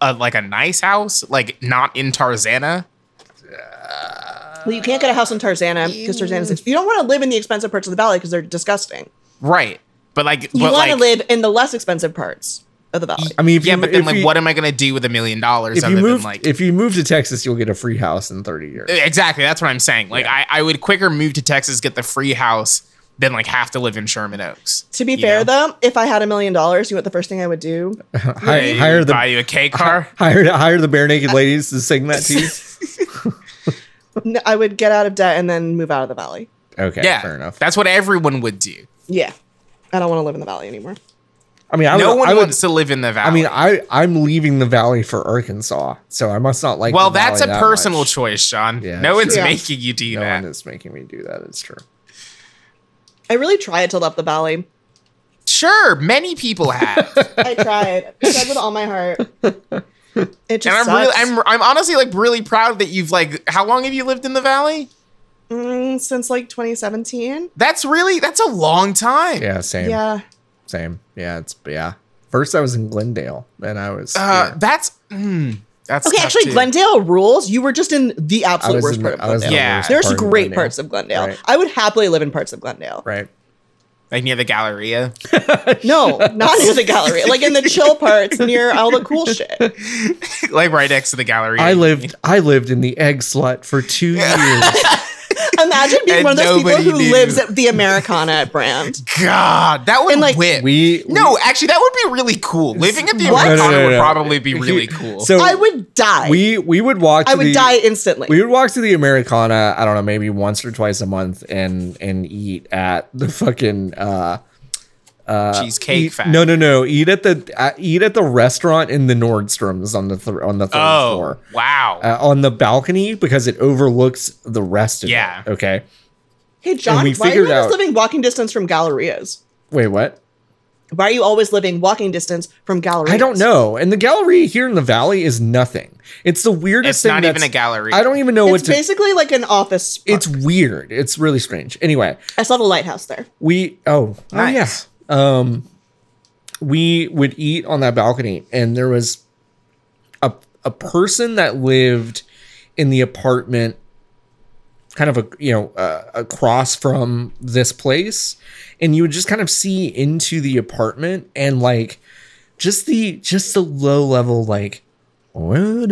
Speaker 3: Uh, like a nice house, like not in Tarzana.
Speaker 4: Well, you can't get a house in Tarzana because Tarzana's. You don't want to live in the expensive parts of the valley because they're disgusting.
Speaker 3: Right. But like,
Speaker 4: You
Speaker 3: but
Speaker 4: want
Speaker 3: like,
Speaker 4: to live in the less expensive parts of the valley.
Speaker 2: I mean, if
Speaker 3: yeah,
Speaker 2: you,
Speaker 3: but then
Speaker 2: if
Speaker 3: like,
Speaker 2: you-
Speaker 3: what am I going to do with a million dollars
Speaker 2: If
Speaker 3: other
Speaker 2: you move,
Speaker 3: than like,
Speaker 2: if you move to Texas, you'll get a free house in thirty years.
Speaker 3: exactly. That's what I'm saying. Like, I, I would quicker move to Texas, get the free house than like have to live in Sherman Oaks.
Speaker 4: To be
Speaker 3: you
Speaker 4: fair,
Speaker 3: know?
Speaker 4: though, if I had a million dollars, you know what the first thing I would do?
Speaker 2: Hi-
Speaker 3: Hey,
Speaker 2: hire
Speaker 3: buy
Speaker 2: the
Speaker 3: you a K car.
Speaker 2: hire hire the bare naked ladies to sing that to you.
Speaker 4: N- I would get out of debt and then move out of the valley.
Speaker 2: Okay,
Speaker 3: yeah,
Speaker 2: fair enough.
Speaker 3: That's what everyone would do.
Speaker 4: Yeah, I don't want to live in the valley anymore.
Speaker 2: I mean, I
Speaker 3: no
Speaker 2: would,
Speaker 3: one
Speaker 2: I would.
Speaker 3: wants to live in the valley.
Speaker 2: I mean, I I'm leaving the valley for Arkansas, so I must not like.
Speaker 3: well,
Speaker 2: the
Speaker 3: that's a
Speaker 2: Valley that
Speaker 3: personal
Speaker 2: much.
Speaker 3: choice, Sean.
Speaker 2: Yeah,
Speaker 3: no one's
Speaker 4: sure. Yeah.
Speaker 3: making you do
Speaker 2: No
Speaker 3: that.
Speaker 2: one is making me do that. It's true.
Speaker 4: I really tried to love the valley.
Speaker 3: Sure, many people have.
Speaker 4: I tried. I tried with all my heart. It just
Speaker 3: and I'm really,
Speaker 4: sucks.
Speaker 3: I'm, I'm honestly like really proud that you've like, how long have you lived in the valley?
Speaker 4: Mm, since like 2017.
Speaker 3: That's really, that's a long time.
Speaker 2: Yeah, same.
Speaker 4: Yeah.
Speaker 2: Same. Yeah, it's yeah. First, I was in Glendale, and I was
Speaker 3: Uh,
Speaker 2: here.
Speaker 3: That's, mm, that's
Speaker 4: Okay,
Speaker 3: tough,
Speaker 4: actually,
Speaker 3: too.
Speaker 4: Glendale rules. You were just in the
Speaker 2: I
Speaker 4: absolute
Speaker 2: was
Speaker 4: worst
Speaker 2: in,
Speaker 4: part
Speaker 2: the-
Speaker 4: of
Speaker 2: I was
Speaker 4: Glendale.
Speaker 2: in the
Speaker 3: Yeah.
Speaker 2: worst
Speaker 4: There's
Speaker 2: part of
Speaker 4: great
Speaker 2: Glendale.
Speaker 4: parts of Glendale.
Speaker 2: Right.
Speaker 4: I would happily live in parts of Glendale.
Speaker 2: right.
Speaker 3: like near the Galleria.
Speaker 4: No, not near the gallery. Like in the chill parts, near all the cool shit.
Speaker 3: like right next to the Galleria.
Speaker 2: I lived I lived in the egg slut for two years.
Speaker 4: Imagine being
Speaker 3: And
Speaker 4: one of those people
Speaker 3: nobody
Speaker 4: who
Speaker 3: knew.
Speaker 4: lives at the Americana at Brand.
Speaker 3: God, that would
Speaker 4: And, like,
Speaker 3: whip.
Speaker 2: we
Speaker 3: no, actually, that would be really cool. Living at the
Speaker 4: What?
Speaker 3: Americana
Speaker 2: No, no, no,
Speaker 3: would
Speaker 2: no.
Speaker 3: probably be really cool.
Speaker 2: So
Speaker 4: I would die.
Speaker 2: we we would walk. To
Speaker 4: I would
Speaker 2: the,
Speaker 4: die instantly.
Speaker 2: We would walk to the Americana. I don't know, maybe once or twice a month, and and eat at the fucking. uh
Speaker 3: cheesecake
Speaker 2: eat-
Speaker 3: factory.
Speaker 2: uh, No, no, no. Eat at the uh, eat at the restaurant in the Nordstroms on the th- on the third
Speaker 3: Oh,
Speaker 2: floor.
Speaker 3: wow.
Speaker 2: uh, on the balcony because it overlooks the rest of
Speaker 3: Yeah.
Speaker 2: it. Okay.
Speaker 4: hey, John,
Speaker 2: and we
Speaker 4: why are you
Speaker 2: figured
Speaker 4: always
Speaker 2: out-
Speaker 4: living walking distance from gallerias?
Speaker 2: Wait, what?
Speaker 4: Why are you always living walking distance from gallerias?
Speaker 2: I don't know. And the gallery here in the valley is nothing. It's the weirdest
Speaker 3: it's
Speaker 2: thing.
Speaker 3: not even a
Speaker 2: that's-
Speaker 3: gallery.
Speaker 2: I don't even know what
Speaker 4: It's
Speaker 2: to.
Speaker 4: basically like an office.
Speaker 2: it's weird. It's really strange. Anyway,
Speaker 4: I saw the lighthouse there.
Speaker 2: we oh
Speaker 3: Nice.
Speaker 2: oh yeah. Um, we would eat on that balcony, and there was a a person that lived in the apartment kind of a you know uh, across from this place and you would just kind of see into the apartment and like just the just the low level like
Speaker 3: Yeah,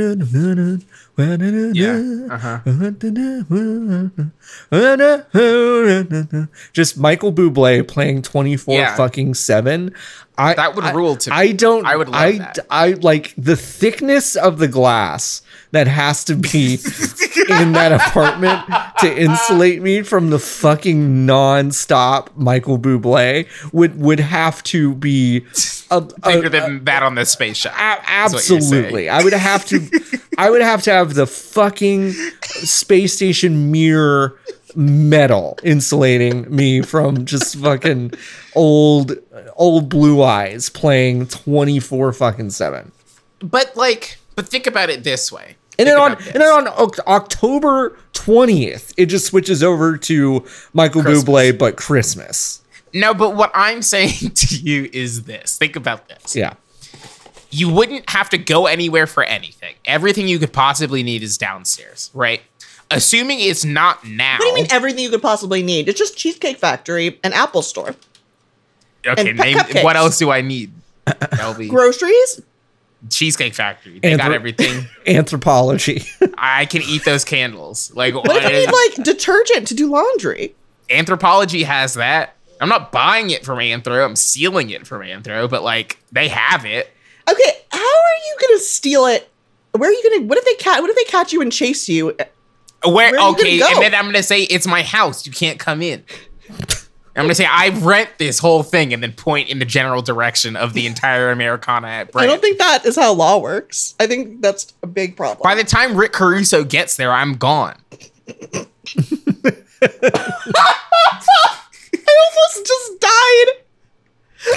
Speaker 3: uh-huh.
Speaker 2: Uh, just Michael Bublé playing 24
Speaker 3: Yeah.
Speaker 2: fucking 7 I
Speaker 3: That would
Speaker 2: I-
Speaker 3: rule to me.
Speaker 2: I don't
Speaker 3: I would love
Speaker 2: I
Speaker 3: that.
Speaker 2: I like the thickness of the glass that has to be in that apartment to insulate me from the fucking non-stop Michael Bublé would would have to be a,
Speaker 3: bigger
Speaker 2: a-
Speaker 3: than that on the space shuttle.
Speaker 2: a-
Speaker 3: is what you're saying.
Speaker 2: absolutely. I would have to I would have to have the fucking space station mirror metal insulating me from just fucking old old blue eyes playing 24 fucking 7
Speaker 3: But like, but think about it this way.
Speaker 2: and then
Speaker 3: Think
Speaker 2: on
Speaker 3: about
Speaker 2: and then
Speaker 3: this.
Speaker 2: on Oc- October 20th it just switches over to Michael
Speaker 3: Christmas.
Speaker 2: Bublé but Christmas
Speaker 3: No, but what I'm saying to you is this. Think about this.
Speaker 2: yeah
Speaker 3: You wouldn't have to go anywhere for anything. Everything you could possibly need is downstairs, right? Assuming it's not now.
Speaker 4: What do you mean everything you could possibly need? It's just Cheesecake Factory and Apple Store.
Speaker 3: Okay,
Speaker 4: and pe-
Speaker 3: name,
Speaker 4: cupcakes?
Speaker 3: what else do I need? LB
Speaker 4: Groceries?
Speaker 3: Cheesecake Factory. They got
Speaker 2: Anthro-
Speaker 3: everything.
Speaker 2: anthropology
Speaker 3: I can eat those candles. Like
Speaker 4: What if
Speaker 3: what
Speaker 4: you
Speaker 3: is-
Speaker 4: need like detergent to do laundry?
Speaker 3: anthropology has that. I'm not buying it from Anthro. I'm stealing it from Anthro, but like they have it.
Speaker 4: Okay, how are you gonna steal it? Where are you gonna what if they catch what if they catch you and chase you?
Speaker 3: Where,
Speaker 4: Where are you
Speaker 3: okay,
Speaker 4: gonna go?
Speaker 3: and then I'm gonna say it's my house. You can't come in. I'm gonna say I rent this whole thing and then point in the general direction of the entire Americana at
Speaker 4: I don't
Speaker 3: Brent.
Speaker 4: think that is how law works. I think that's a big problem.
Speaker 3: By the time Rick Caruso gets there, I'm gone.
Speaker 4: I almost just died.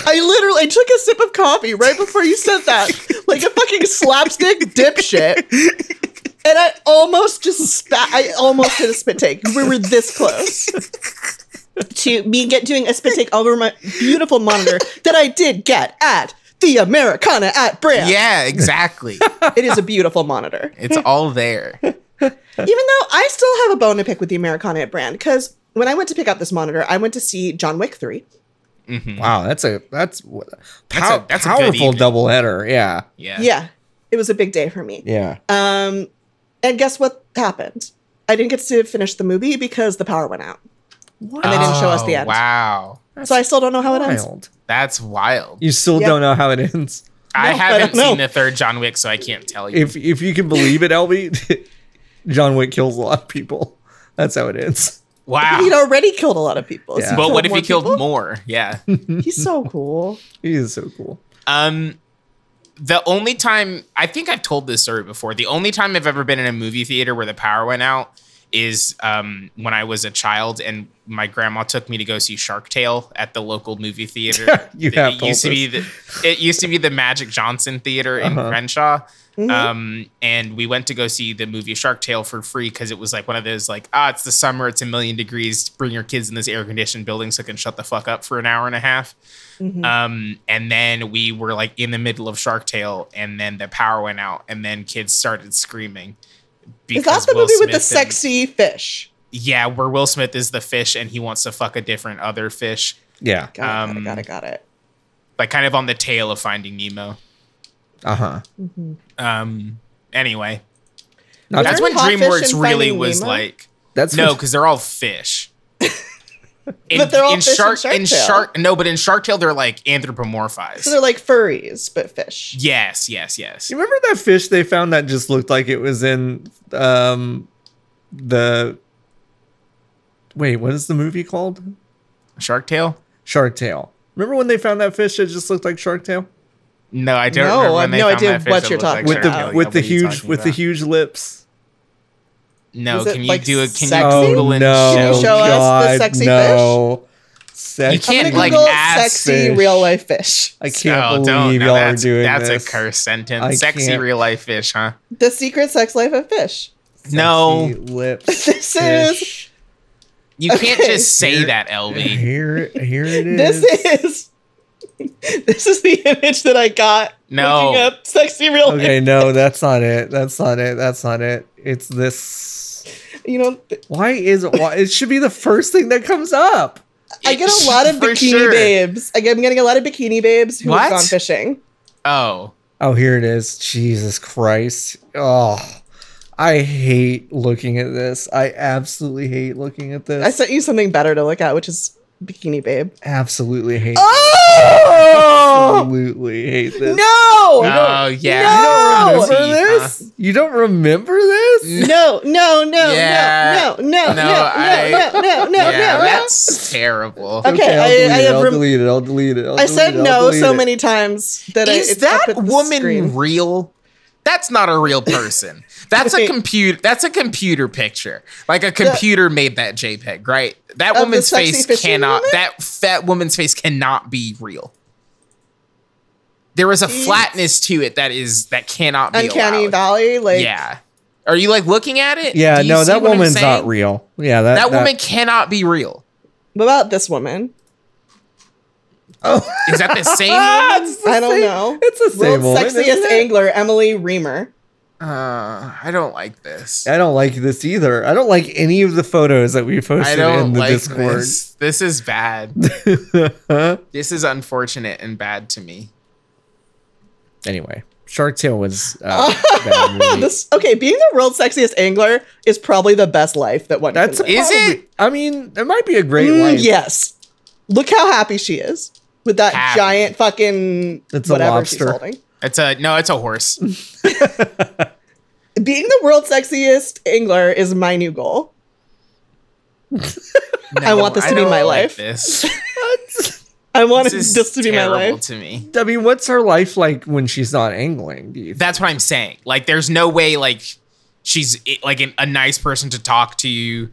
Speaker 4: I literally I took a sip of coffee right before you said that, like a fucking slapstick dipshit. And I almost just spat. I almost did a spit take. We were this close to me get doing a spit take over my beautiful monitor that I did get at the Americana at Brand.
Speaker 3: Yeah, exactly.
Speaker 4: it is a beautiful monitor.
Speaker 3: it's all there.
Speaker 4: Even though I still have a bone to pick with the Americana at Brand, because when I went to pick up this monitor, I went to see John Wick Three.
Speaker 2: wow that's a that's pow-
Speaker 3: Mm. That's a- that's a good
Speaker 2: powerful
Speaker 3: evening.
Speaker 2: double header yeah
Speaker 3: Yeah.
Speaker 4: Yeah, it was a big day for me.
Speaker 2: yeah
Speaker 4: Um, and guess what happened? I didn't get to finish the movie because the power went out. And they didn't show us the
Speaker 3: Oh,
Speaker 4: end.
Speaker 3: Wow.
Speaker 4: So I still don't know how it ends.
Speaker 2: Wild.
Speaker 3: That's wild.
Speaker 2: You still
Speaker 4: Yep.
Speaker 2: don't know how it ends.
Speaker 3: I
Speaker 4: No, I
Speaker 3: haven't
Speaker 4: don't know.
Speaker 3: seen the third John Wick, so I can't tell you.
Speaker 2: If if you can believe it, LB, John Wick kills a lot of people. That's how it ends.
Speaker 3: wow.
Speaker 4: He'd already killed a lot of people.
Speaker 2: Yeah.
Speaker 4: he
Speaker 3: But what
Speaker 4: killed
Speaker 3: if he killed
Speaker 4: people?
Speaker 3: more? Yeah.
Speaker 4: He's so cool.
Speaker 2: He is so cool.
Speaker 3: Um, the only time I think I've told this story before, the only time I've ever been in a movie theater where the power went out is um, when I was a child and my grandma took me to go see Shark Tale at the local movie theater.
Speaker 2: You
Speaker 3: it,
Speaker 2: have told
Speaker 3: used to be the, it used to be the Magic Johnson Theater in
Speaker 2: Uh-huh.
Speaker 3: Crenshaw.
Speaker 4: Mhm.
Speaker 3: Um, and we went to go see the movie Shark Tale for free because it was like one of those like ah it's the summer it's a million degrees bring your kids in this air conditioned building so it can shut the fuck up for an hour and a half.
Speaker 4: Mhm.
Speaker 3: Um, and then we were like in the middle of Shark Tale, and then the power went out, and then kids started screaming.
Speaker 4: Is that the
Speaker 3: Will
Speaker 4: movie with the
Speaker 3: Smith and-
Speaker 4: sexy fish?
Speaker 3: yeah, where Will Smith is the fish and he wants to fuck a different other fish,
Speaker 2: Yeah.
Speaker 4: Got it,
Speaker 3: Um,
Speaker 4: got it, got it,
Speaker 3: like kind of on the tail of Finding Nemo.
Speaker 2: Uh huh.
Speaker 4: got it. Mhm.
Speaker 3: Um, anyway,
Speaker 2: Not
Speaker 4: Were
Speaker 3: that's
Speaker 4: there
Speaker 3: when
Speaker 4: hot fish in
Speaker 3: DreamWorks really
Speaker 4: Finding
Speaker 3: was
Speaker 4: Nemo?
Speaker 3: like,
Speaker 2: That's
Speaker 3: no, because they're all fish. In,
Speaker 4: But they're all fish in
Speaker 3: shark,
Speaker 4: Shark
Speaker 3: in
Speaker 4: Tale.
Speaker 3: shark, no, but in Shark Tale they're like anthropomorphized.
Speaker 4: So they're like furries, but fish.
Speaker 3: yes, yes, yes.
Speaker 2: You remember that fish they found that just looked like it was in um the wait what is the movie called
Speaker 3: Shark Tale.
Speaker 2: Shark Tale? Remember when they found that fish that just looked like Shark Tale
Speaker 3: No, I don't.
Speaker 4: No,
Speaker 3: remember
Speaker 4: I have
Speaker 3: when they
Speaker 4: no
Speaker 3: found
Speaker 4: idea
Speaker 3: that fish
Speaker 4: what
Speaker 3: that
Speaker 4: you're
Speaker 3: looked like
Speaker 4: talking
Speaker 2: with the
Speaker 4: about.
Speaker 3: Shark Tale.
Speaker 2: with
Speaker 3: Oh, What
Speaker 2: the
Speaker 3: are you
Speaker 2: huge
Speaker 3: talking
Speaker 2: with the
Speaker 3: about?
Speaker 2: huge lips?
Speaker 3: No,
Speaker 4: Is it,
Speaker 3: can
Speaker 4: like,
Speaker 3: you do it? Can
Speaker 4: sexy?
Speaker 3: you Google
Speaker 2: Oh
Speaker 3: and
Speaker 2: no!
Speaker 4: Can you
Speaker 3: show?
Speaker 4: show us the
Speaker 2: God,
Speaker 4: sexy
Speaker 2: no. Sexy.
Speaker 3: You
Speaker 4: I'm
Speaker 3: can't,
Speaker 4: gonna
Speaker 3: like,
Speaker 4: Google
Speaker 3: ass
Speaker 4: sexy
Speaker 2: fish.
Speaker 4: real life fish.
Speaker 2: I can't
Speaker 3: oh,
Speaker 2: believe
Speaker 3: Now
Speaker 2: y'all are
Speaker 3: that's,
Speaker 2: doing
Speaker 3: That's
Speaker 2: this.
Speaker 3: a curse sentence.
Speaker 2: I
Speaker 3: Sexy
Speaker 2: can't.
Speaker 3: real life fish, huh?
Speaker 4: The secret sex life of fish.
Speaker 3: No,
Speaker 2: Sexy lips.
Speaker 4: This
Speaker 2: fish.
Speaker 3: you can't
Speaker 4: Okay.
Speaker 3: just say
Speaker 2: Here-
Speaker 3: that, LB.
Speaker 2: Here, here it is.
Speaker 4: This is this is the image that I got.
Speaker 3: No.
Speaker 4: looking up sexy real. life.
Speaker 2: okay, no, that's not it. That's not it. That's not it. It's this.
Speaker 4: You know, th-
Speaker 2: Why is it? Why it should be the first thing that comes up.
Speaker 4: I get a lot of
Speaker 3: For
Speaker 4: bikini
Speaker 3: sure.
Speaker 4: babes. I get, I'm getting a lot of bikini babes who
Speaker 3: What?
Speaker 4: have gone fishing.
Speaker 3: Oh,
Speaker 2: Oh, here it is. Jesus Christ. Oh, I hate looking at this. I absolutely hate looking at this.
Speaker 4: I sent you something better to look at, which is bikini babe.
Speaker 2: absolutely hate.
Speaker 4: Oh
Speaker 2: Absolutely hate this.
Speaker 4: no!
Speaker 3: oh yeah.
Speaker 4: No!
Speaker 3: It's got
Speaker 2: Remember
Speaker 3: teeth, huh?
Speaker 2: this? You don't remember this?
Speaker 4: No, no, no,
Speaker 3: Yeah.
Speaker 4: no, no, no, no,
Speaker 3: No,
Speaker 4: no,
Speaker 3: I-
Speaker 4: no, no, no,
Speaker 3: yeah,
Speaker 4: no, no.
Speaker 3: that's terrible.
Speaker 4: Okay,
Speaker 2: I'll,
Speaker 4: I-
Speaker 2: delete
Speaker 4: I
Speaker 2: it.
Speaker 4: have
Speaker 2: I'll
Speaker 4: rem-
Speaker 2: delete it. I'll delete it. I'll
Speaker 4: I
Speaker 2: delete
Speaker 4: said
Speaker 2: it. I'll
Speaker 4: no
Speaker 2: delete
Speaker 4: so
Speaker 2: it.
Speaker 4: many times that I,
Speaker 3: Is
Speaker 4: it's up
Speaker 3: that
Speaker 4: at the
Speaker 3: woman
Speaker 4: screen.
Speaker 3: real? That's not a real person. That's a computer. That's a computer picture. Like a computer made that JPEG, right? That
Speaker 4: Of the
Speaker 3: woman's
Speaker 4: sexy
Speaker 3: face
Speaker 4: fishing
Speaker 3: cannot.
Speaker 4: woman?
Speaker 3: That fat woman's face cannot be real. There is a flatness to it that is that cannot be
Speaker 4: Uncanny
Speaker 3: allowed.
Speaker 4: Valley, like
Speaker 3: Yeah. Are you like looking at it?
Speaker 2: Yeah,
Speaker 3: Do you
Speaker 2: no,
Speaker 3: see
Speaker 2: that
Speaker 3: what I'm
Speaker 2: woman's
Speaker 3: saying?
Speaker 2: not real. Yeah, that,
Speaker 3: That woman cannot be real.
Speaker 4: what about this woman?
Speaker 3: Is that the same? woman?
Speaker 2: Ah, It's the
Speaker 4: I don't
Speaker 2: same-
Speaker 4: know.
Speaker 2: It's the same
Speaker 4: World's
Speaker 2: woman. isn't
Speaker 4: sexiest
Speaker 2: it?
Speaker 4: angler, Emily Reamer.
Speaker 3: Uh, I don't like this.
Speaker 2: I don't like this either. I don't like any of the photos that we
Speaker 3: I
Speaker 2: posted in
Speaker 3: don't
Speaker 2: the
Speaker 3: like
Speaker 2: Discord.
Speaker 3: this. This is bad. this is unfortunate and bad to me.
Speaker 2: anyway, Shark Tale was uh, bad movie.
Speaker 4: This okay, being the world's sexiest angler is probably the best life that one
Speaker 2: That's
Speaker 4: can live.
Speaker 3: Is
Speaker 2: probably-
Speaker 3: it?
Speaker 2: I mean, it might be a great
Speaker 4: Mm,
Speaker 2: life.
Speaker 4: yes. Look how happy she is with that
Speaker 3: Happy.
Speaker 4: giant fucking
Speaker 2: It's a
Speaker 4: whatever
Speaker 2: lobster.
Speaker 4: she's holding.
Speaker 3: It's a no. It's a horse.
Speaker 4: Being the world's sexiest angler is my new goal. I want this to be
Speaker 3: don't
Speaker 4: my
Speaker 3: like
Speaker 4: life.
Speaker 3: this
Speaker 4: I want
Speaker 3: This
Speaker 4: this,
Speaker 3: is
Speaker 4: to be my
Speaker 3: terrible
Speaker 4: life.
Speaker 3: to me.
Speaker 2: I mean, what's her life like when she's not angling? Do you think?
Speaker 3: That's what I'm saying. Like, there's no way like she's i- like an, a nice person to talk to,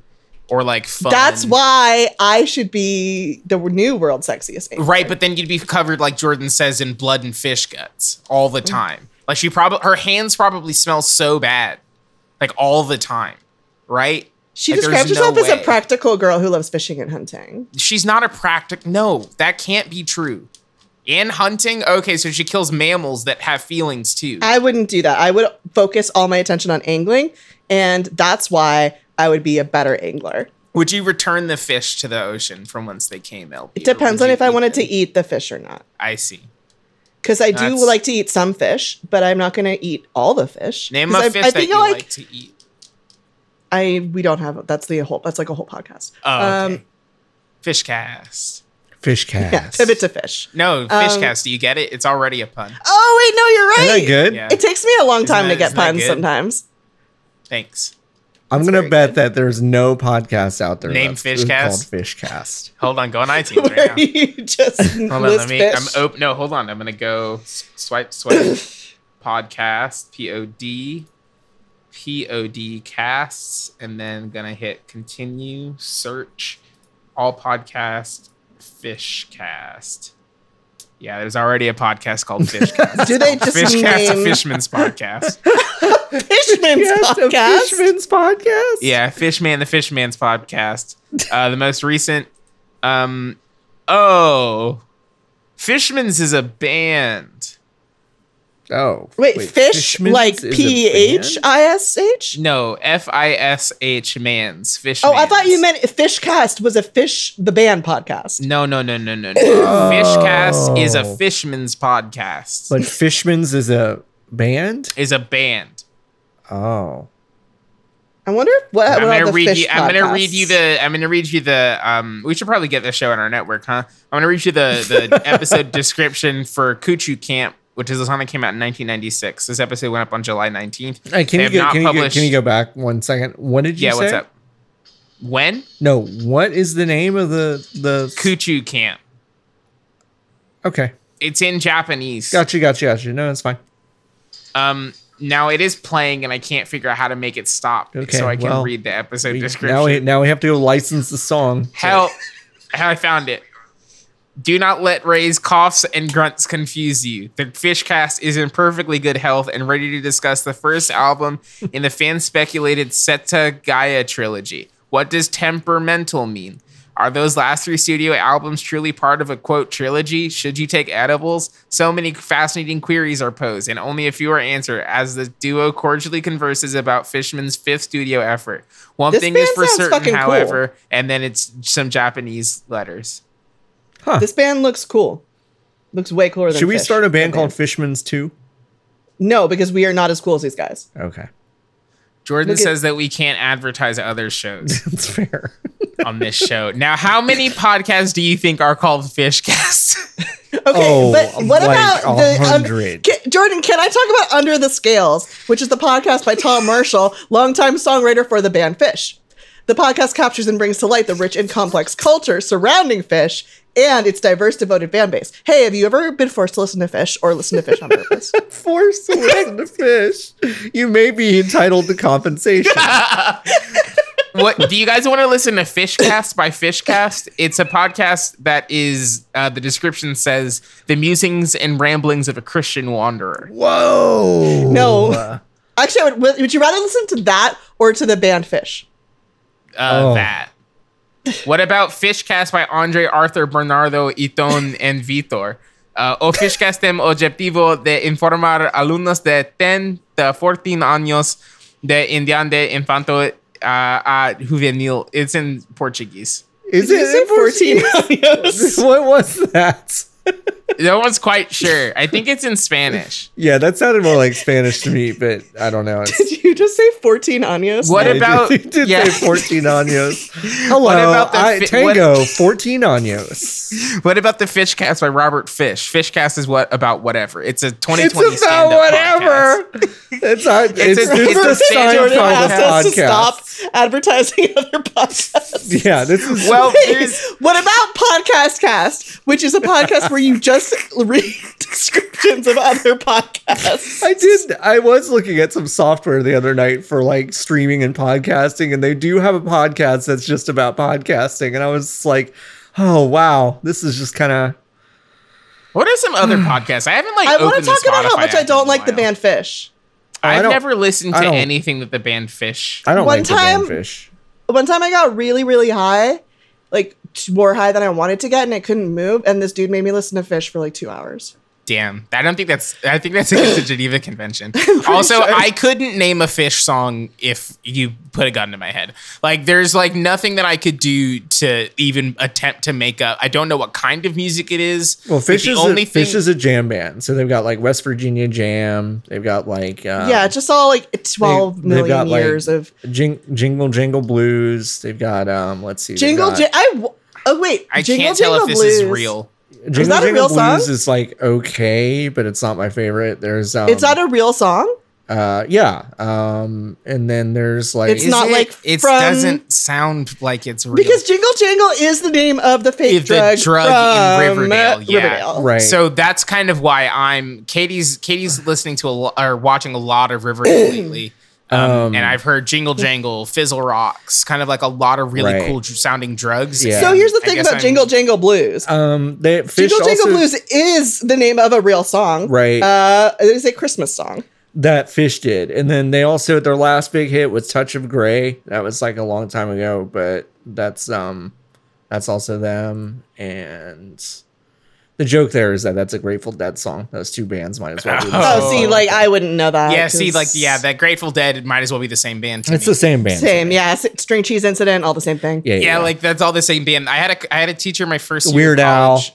Speaker 3: or like fun.
Speaker 4: That's why I should be the new world's sexiest angler.
Speaker 3: Right, but then you'd be covered, like Jordan says, in blood and fish guts all
Speaker 4: Mm.
Speaker 3: the time. Like she probably, her hands probably smell so bad, like all the time. Right?
Speaker 4: She
Speaker 3: Like,
Speaker 4: describes
Speaker 3: there's
Speaker 4: herself
Speaker 3: no
Speaker 4: as a
Speaker 3: way.
Speaker 4: practical girl who loves fishing and hunting.
Speaker 3: She's not a practic. No, that can't be true. And hunting. Okay, so she kills mammals that have feelings too.
Speaker 4: I wouldn't do that. I would focus all my attention on angling, and that's why I would be a better angler.
Speaker 3: would you return the fish to the ocean from whence they came, LB?
Speaker 4: It depends on if I wanted to eat the fish or not.
Speaker 3: I see.
Speaker 4: Because I do
Speaker 3: That's-
Speaker 4: like to eat some fish, but I'm not going to eat all the fish.
Speaker 3: Name
Speaker 4: 'Cause
Speaker 3: a
Speaker 4: I-
Speaker 3: fish
Speaker 4: I
Speaker 3: that
Speaker 4: think
Speaker 3: you
Speaker 4: I
Speaker 3: like,
Speaker 4: like
Speaker 3: to eat.
Speaker 4: I we don't have that's the whole that's like a whole podcast. Um,
Speaker 3: Oh, okay. fish cast.
Speaker 2: Fish cast.
Speaker 4: yeah, pivot to fish.
Speaker 3: No, fish
Speaker 4: Um,
Speaker 3: cast. Do you get it? It's already a pun.
Speaker 4: Oh wait, no,
Speaker 2: Isn't
Speaker 4: you're right.
Speaker 2: that good?
Speaker 3: Yeah.
Speaker 4: It takes me a long time
Speaker 3: that-
Speaker 4: to get
Speaker 3: isn't that
Speaker 4: puns
Speaker 3: good?
Speaker 4: sometimes.
Speaker 3: Thanks.
Speaker 2: I'm gonna
Speaker 4: very
Speaker 2: bet that there's no podcast out there
Speaker 3: Named
Speaker 2: that's called
Speaker 3: Fishcast?
Speaker 2: Fishcast.
Speaker 3: Hold on, go on iTunes
Speaker 4: Where
Speaker 3: right now.
Speaker 4: you just list
Speaker 3: Hold on, let me.
Speaker 4: fish.
Speaker 3: I'm open. No, hold on. I'm gonna go s- swipe, swipe. podcast, P O D, P O D casts, and then gonna hit continue, search, all podcast, fish cast. Yeah, there's already a podcast called Fishcast.
Speaker 4: Do they just
Speaker 3: Fishcast, a
Speaker 4: name
Speaker 3: Fishman's podcast.
Speaker 4: Fishman's podcast?
Speaker 2: the Fishman's podcast.
Speaker 3: Yeah, Fishman, the Fishman's podcast. Uh, the most recent. Um, oh, Fishman's is a band.
Speaker 2: Oh,
Speaker 4: Wait, fish
Speaker 2: Fishman's
Speaker 4: like
Speaker 2: is a
Speaker 4: P H
Speaker 2: band?
Speaker 4: I S H?
Speaker 3: No, F I S H man's Fishman's.
Speaker 4: Oh, I thought you meant Fishcast was a fish the band podcast.
Speaker 3: No, no, no, no, no. no.
Speaker 4: Oh.
Speaker 3: Fishcast is a fishman's podcast.
Speaker 2: But Fishman's is a band.
Speaker 3: is a band.
Speaker 2: Oh,
Speaker 4: I wonder if what.
Speaker 3: I'm
Speaker 4: what are
Speaker 3: gonna
Speaker 4: the
Speaker 3: read
Speaker 4: fish
Speaker 3: you. I'm gonna read
Speaker 4: podcasts?
Speaker 3: you the. I'm gonna read you the. Um, we should probably get this show on our network, huh? I'm gonna read you the the episode description for Kuchu Camp, which is a song that came out in 1996. This episode went up on July 19th.
Speaker 2: Hey, can you
Speaker 3: They have
Speaker 2: go,
Speaker 3: not
Speaker 2: can you go,
Speaker 3: published-
Speaker 2: can you go back one second? What did you
Speaker 3: Yeah,
Speaker 2: say?
Speaker 3: what's up? When
Speaker 2: No, what is the name of the the?
Speaker 3: Kuchu Camp?
Speaker 2: okay,
Speaker 3: It's in Japanese.
Speaker 2: gotcha, gotcha, gotcha. No, it's fine.
Speaker 3: Um, now it is playing, and I can't figure out how to make it stop,
Speaker 2: Okay,
Speaker 3: so I can
Speaker 2: well,
Speaker 3: read the episode
Speaker 2: We-
Speaker 3: description.
Speaker 2: now we now we have to go license the song.
Speaker 3: How how I found it. Do not let Ray's coughs and grunts confuse you. The Fishcast is in perfectly good health and ready to discuss the first album in the fan speculated Seta Gaia trilogy. What does temperamental mean? Are those last three studio albums truly part of a quote trilogy? Should you take edibles? So many fascinating queries are posed, and only a few are answered as the duo cordially converses about Fishman's fifth studio effort. One
Speaker 4: This
Speaker 3: thing is
Speaker 4: band
Speaker 3: for
Speaker 4: sounds
Speaker 3: certain,
Speaker 4: fucking cool.
Speaker 3: however, and then it's some Japanese letters.
Speaker 4: This band looks cool. Looks way cooler than.
Speaker 2: Should we
Speaker 4: Fish,
Speaker 2: start a band
Speaker 4: the
Speaker 2: called Fishman's Two?
Speaker 4: No, because we are not as cool as these guys.
Speaker 2: Okay,
Speaker 3: Jordan
Speaker 4: Look at-
Speaker 3: says that we can't advertise other shows
Speaker 2: that's fair.
Speaker 3: on this show. Now, how many podcasts do you think are called Fishcast?
Speaker 4: Okay,
Speaker 2: Oh,
Speaker 4: but
Speaker 2: like
Speaker 4: what about the um,
Speaker 2: 100.
Speaker 4: ca- Jordan? Can I talk about Under the Scales, which is the podcast by Tom Marshall, longtime songwriter for the band Fish? The podcast captures and brings to light the rich and complex culture surrounding Fish and its diverse, devoted fan base. Hey, have you ever been forced to listen to Fish or listen to Fish on purpose?
Speaker 2: Forced to listen to fish. You may be entitled to compensation.
Speaker 3: what do you guys want to listen to fishcast by fishcast it's a podcast that is uh, the description says the musings and ramblings of a christian wanderer
Speaker 2: Whoa.
Speaker 4: No. Actually, I would, would you rather listen to that or to the band Fish?
Speaker 3: uh,
Speaker 2: Oh.
Speaker 3: that what about fishcast by andre arthur bernardo iton and vitor uh, o fishcast tem objetivo de informar alumnos de 10 to 14 años de indiande infanto uh, uh, juvenil it's in portuguese
Speaker 2: Is
Speaker 4: Did you say
Speaker 2: it 14?
Speaker 4: años?
Speaker 2: What was that?
Speaker 3: no one's quite sure i think it's in spanish
Speaker 2: Yeah, that sounded more like Spanish to me, but I don't know. It's-
Speaker 4: Did you just say 14 años?
Speaker 3: What
Speaker 2: Yeah, you
Speaker 3: about-
Speaker 2: did, you did
Speaker 3: yeah.
Speaker 2: say 14 años? Hello,
Speaker 3: about the
Speaker 2: I,
Speaker 3: fi-
Speaker 2: Tango 14 años.
Speaker 3: What about the Fish Cast by Robert Fish? Fish Cast is what about whatever. It's a 2020
Speaker 2: It's about whatever. It's not. It's,
Speaker 3: a-
Speaker 2: this
Speaker 3: it's
Speaker 2: is
Speaker 3: a
Speaker 2: the
Speaker 3: Seinfeld
Speaker 4: Jordan
Speaker 2: Seinfeld
Speaker 4: asked us to stop
Speaker 2: podcast.
Speaker 4: advertising other podcasts.
Speaker 2: Yeah, this is
Speaker 3: Well,
Speaker 4: Please,
Speaker 3: there's-
Speaker 4: what about Podcast Cast, which is a podcast where you just read descriptions of other podcasts?
Speaker 2: I did. I was looking at some software the other night for like streaming and podcasting, and they do have a podcast that's just about podcasting. And I was just like, oh wow, this is just kind of
Speaker 3: what are some other podcasts? I haven't like.
Speaker 4: Hmm. I want to
Speaker 3: opened the
Speaker 4: talk about how
Speaker 3: Spotify
Speaker 4: much
Speaker 3: app
Speaker 4: I
Speaker 3: in
Speaker 4: don't
Speaker 3: a
Speaker 4: like the
Speaker 3: while.
Speaker 4: band Fish.
Speaker 2: I
Speaker 3: I've
Speaker 2: don't-
Speaker 3: never listened
Speaker 2: I
Speaker 3: to
Speaker 2: don't-
Speaker 3: anything that the band Fish.
Speaker 2: I don't
Speaker 4: One
Speaker 2: like
Speaker 4: time-
Speaker 2: the fish.
Speaker 4: One time I got really, really high, like t- more high than I wanted to get, and I couldn't move. And this dude made me listen to Fish for like two hours.
Speaker 3: Damn, I don't think that's. I think that's against the Geneva Convention. Also,
Speaker 4: sure.
Speaker 3: I couldn't name a Fish song if you put a gun to my head. Like, there's like nothing that I could do to even attempt to make up. I don't know what kind of music it is.
Speaker 2: Well,
Speaker 3: Like,
Speaker 2: fish
Speaker 3: the
Speaker 2: is a, fish is a jam band, so they've got like West Virginia jam. They've got like uh,
Speaker 4: yeah, just all like twelve
Speaker 2: they- they've
Speaker 4: million
Speaker 2: got, like,
Speaker 4: years of
Speaker 2: jing- jingle jingle blues. They've got um, let's see, they've
Speaker 4: jingle.
Speaker 2: got-
Speaker 4: J- I w- oh wait,
Speaker 3: I
Speaker 4: jingle,
Speaker 3: can't tell
Speaker 4: jingle
Speaker 3: if this is
Speaker 4: Blues.
Speaker 3: real.
Speaker 2: jingle
Speaker 4: that a
Speaker 2: jingle
Speaker 4: real song?
Speaker 2: blues is like okay, but it's not my favorite. There's um,
Speaker 4: It's not a real song.
Speaker 2: uh, yeah, um, and then there's like
Speaker 4: It's not like
Speaker 3: it
Speaker 4: from-
Speaker 3: doesn't sound like it's real.
Speaker 4: Because Jingle Jangle is the name of the fake
Speaker 3: Is the
Speaker 4: drug,
Speaker 3: drug in
Speaker 4: from,
Speaker 3: Riverdale,
Speaker 4: uh,
Speaker 3: yeah.
Speaker 4: Riverdale.
Speaker 2: right.
Speaker 3: So that's kind of why I'm Katie's. Katie's listening to a lo- or watching a lot of Riverdale lately, um,
Speaker 2: Um,
Speaker 3: and I've heard Jingle Jangle, Fizzle Rocks, kind of like a lot of really
Speaker 2: Right.
Speaker 3: cool dr- sounding drugs.
Speaker 2: Yeah.
Speaker 4: So here's the
Speaker 3: I
Speaker 4: thing
Speaker 3: guess
Speaker 4: about
Speaker 3: I'm-
Speaker 4: Jingle Jangle Blues.
Speaker 2: um, they fish
Speaker 4: Jingle Jangle
Speaker 2: also-
Speaker 4: Blues is the name of a real song.
Speaker 2: Right.
Speaker 4: Uh, it is a Christmas song.
Speaker 2: that fish did and then they also their last big hit was touch of gray that was like a long time ago but that's um that's also them and the joke there is that that's a grateful dead song those two bands might as well be the
Speaker 3: Oh.
Speaker 4: Oh,
Speaker 2: same
Speaker 4: see,
Speaker 2: song.
Speaker 4: like I wouldn't know that.
Speaker 3: Yeah, see,
Speaker 4: 'cause
Speaker 3: like, yeah, that Grateful Dead might as well be the same band. To
Speaker 2: it's
Speaker 3: me.
Speaker 2: the same band
Speaker 4: same. Yeah, s- string cheese incident, all the same thing.
Speaker 2: yeah,
Speaker 3: Yeah, like that's all the same band. I had a I had a teacher my first year of
Speaker 2: weird owl
Speaker 3: college-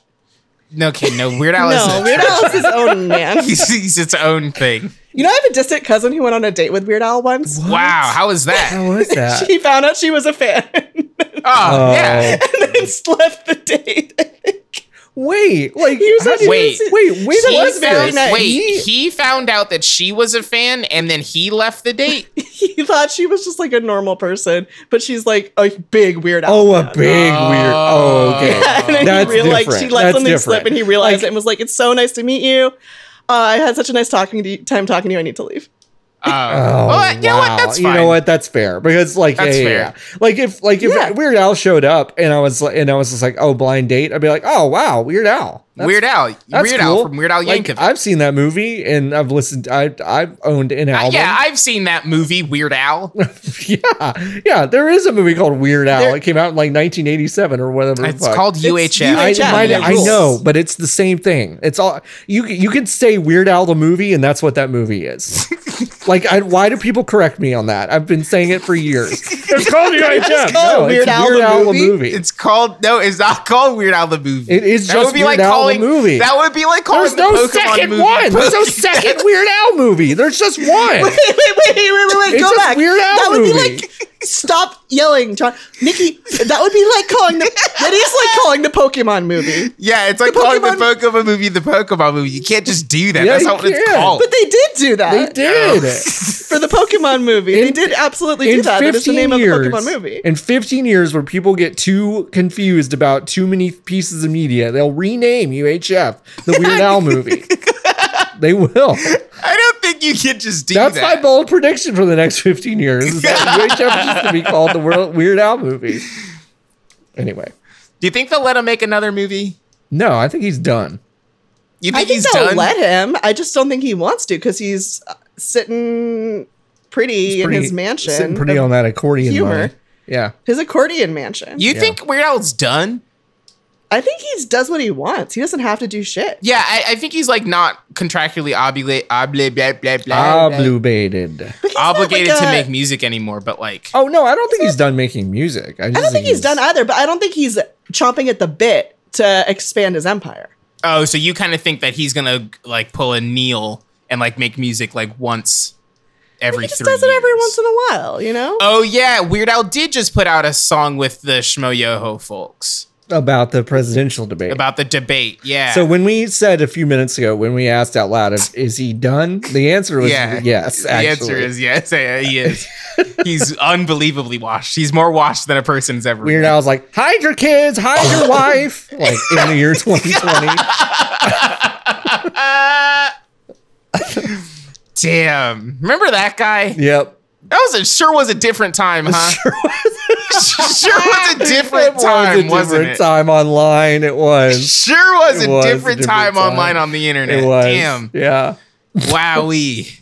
Speaker 3: No, okay, no, Weird Al is
Speaker 4: No, Weird Al is his own man.
Speaker 3: he's, he's its own thing.
Speaker 4: You know, I have a distant cousin who went on a date with Weird Al once.
Speaker 3: Wow, how is that?
Speaker 2: how was that
Speaker 4: She found out she was a fan and
Speaker 3: Oh, yeah.
Speaker 2: Mm-hmm.
Speaker 4: then left the date. I think.
Speaker 2: wait like
Speaker 4: He was
Speaker 2: how
Speaker 4: on-
Speaker 2: do you-
Speaker 3: Wait.
Speaker 2: wait wait
Speaker 4: He
Speaker 2: that
Speaker 4: was
Speaker 2: was
Speaker 4: very
Speaker 2: this?
Speaker 4: nice.
Speaker 3: Wait, he found out that she was a fan and then he left the date.
Speaker 4: He thought she was just like a normal person, but she's like a big Weird Al.
Speaker 2: oh
Speaker 4: fan.
Speaker 2: a big weird oh okay
Speaker 3: Yeah,
Speaker 4: and then
Speaker 2: that's
Speaker 4: he realized
Speaker 2: different.
Speaker 4: she let
Speaker 2: That's
Speaker 4: something
Speaker 2: different.
Speaker 4: slip and he realized it and was like, It's so nice to meet you. Uh, I had such a nice talking to you, time talking to you. I need to leave.
Speaker 3: Oh,
Speaker 2: Oh,
Speaker 3: well, you
Speaker 2: wow.
Speaker 3: know what? That's
Speaker 2: You
Speaker 3: fine.
Speaker 2: know what? That's fair because, like,
Speaker 3: That's
Speaker 2: yeah, yeah,
Speaker 3: fair.
Speaker 2: yeah. like if like if
Speaker 4: Yeah.
Speaker 2: Weird Al showed up and I was like, and I was just like, oh, blind date, I'd be like, oh wow, Weird Al, That's-
Speaker 3: Weird Al,
Speaker 2: that's
Speaker 3: Weird
Speaker 2: cool.
Speaker 3: Al from Weird Al
Speaker 2: Like,
Speaker 3: Yankovic.
Speaker 2: I've seen that movie and I've listened. I I've owned an
Speaker 3: Uh,
Speaker 2: album.
Speaker 3: yeah, I've seen that movie, Weird Al.
Speaker 2: Oh, yeah, yeah. There is a movie called Weird Al.
Speaker 4: There-
Speaker 2: it came out in like 1987 or whatever. the
Speaker 3: It's
Speaker 2: fuck.
Speaker 3: called UHF.
Speaker 2: I,
Speaker 4: UHF.
Speaker 2: mine-
Speaker 4: Yeah,
Speaker 2: I
Speaker 4: rules.
Speaker 2: know, but it's the same thing. It's all you. You can say Weird Al the movie, and that's what that movie is. like, I, why do people correct me on that? I've been saying it for years. It's called UHF.
Speaker 4: called Weird Al the movie.
Speaker 3: It's called no, it's not called Weird Al the movie.
Speaker 2: It is
Speaker 3: that
Speaker 2: just
Speaker 3: would be
Speaker 2: Weird
Speaker 3: like
Speaker 2: Al the
Speaker 3: calling
Speaker 2: movie.
Speaker 3: That would be like calling
Speaker 2: There's
Speaker 3: the
Speaker 2: no
Speaker 3: Pokemon
Speaker 2: second
Speaker 3: movie
Speaker 2: one. There's no
Speaker 3: Pokemon.
Speaker 2: second Weird Al movie. There's just one.
Speaker 4: Wait, wait, wait, wait, wait, wait,
Speaker 2: It's
Speaker 4: go
Speaker 2: just
Speaker 4: back.
Speaker 2: Weird Al
Speaker 4: that would
Speaker 2: movie.
Speaker 4: be like Stop yelling, John. Nikki, that would be like calling the. That is like calling the Pokemon movie.
Speaker 3: Yeah, it's like calling the Pokemon movie the Pokemon movie. You can't just do that.
Speaker 2: Yeah,
Speaker 3: That's
Speaker 2: you
Speaker 3: not what it's
Speaker 2: can't.
Speaker 3: called.
Speaker 4: But they did do that
Speaker 2: They did.
Speaker 4: for the Pokemon movie. they
Speaker 2: In-
Speaker 4: did absolutely do
Speaker 2: In
Speaker 4: that. That is the
Speaker 2: 15
Speaker 4: name
Speaker 2: years,
Speaker 4: of the Pokemon movie.
Speaker 2: in 15 years, where people get too confused about too many pieces of media, they'll rename UHF the Weird Al movie. They will.
Speaker 3: I don't think you can just do
Speaker 2: That's
Speaker 3: that.
Speaker 2: my bold prediction for the next 15 years. Is that UHF is just to be called the World Weird Al movie. Anyway,
Speaker 3: do you think they'll let him make another movie?
Speaker 2: no, I think he's done.
Speaker 3: You think,
Speaker 4: I think
Speaker 3: he's
Speaker 4: they'll
Speaker 3: done?
Speaker 4: let him. I just don't think he wants to because he's uh, sitting pretty, in his mansion.
Speaker 2: sitting pretty on that accordion
Speaker 4: humor.
Speaker 2: money. Yeah,
Speaker 4: his accordion mansion.
Speaker 3: you
Speaker 2: Yeah.
Speaker 3: think Weird Al's done?
Speaker 4: I think he does what he wants. He doesn't have to do shit.
Speaker 3: Yeah, I, I think he's like not contractually obligate, obli- blah, blah,
Speaker 2: Ah,
Speaker 3: blah, blah,
Speaker 2: oblubated.
Speaker 4: But he's not, like,
Speaker 3: obligated to
Speaker 4: a-
Speaker 3: make music anymore. But like,
Speaker 2: Oh no, I don't think he's done making music. I, just
Speaker 4: I don't think he's done either, but I don't think he's chomping at the bit to expand his empire.
Speaker 3: oh, so you kind of think that he's gonna like pull a Neil and like make music like once every
Speaker 4: He just
Speaker 3: three.
Speaker 4: does it every
Speaker 3: years.
Speaker 4: once in a while, you know?
Speaker 3: Oh yeah, Weird Al did just put out a song with the Shmo Yoho folks
Speaker 2: about the presidential debate.
Speaker 3: about the debate. Yeah.
Speaker 2: so when we said a few minutes ago, when we asked out loud, if, "Is he done?" The answer was
Speaker 3: yeah.
Speaker 2: yes.
Speaker 3: The
Speaker 2: Actually.
Speaker 3: answer is yes. yeah, He is. He's unbelievably washed. He's more washed than a person's ever.
Speaker 2: Weird
Speaker 3: been.
Speaker 2: Al's like, "Hide your kids, hide your wife," like in the year 2020.
Speaker 3: Damn. Remember that guy?
Speaker 2: Yep.
Speaker 3: That was a sure was a different time, huh?
Speaker 2: Sure was
Speaker 3: sure was a different time,
Speaker 2: It was a
Speaker 3: wasn't
Speaker 2: different
Speaker 3: it?
Speaker 2: time online. It was.
Speaker 3: Sure was,
Speaker 2: It
Speaker 3: a,
Speaker 2: was a
Speaker 3: different
Speaker 2: different
Speaker 3: time,
Speaker 2: time.
Speaker 3: online on the internet.
Speaker 2: It was.
Speaker 3: Damn.
Speaker 2: Yeah.
Speaker 3: Wowee.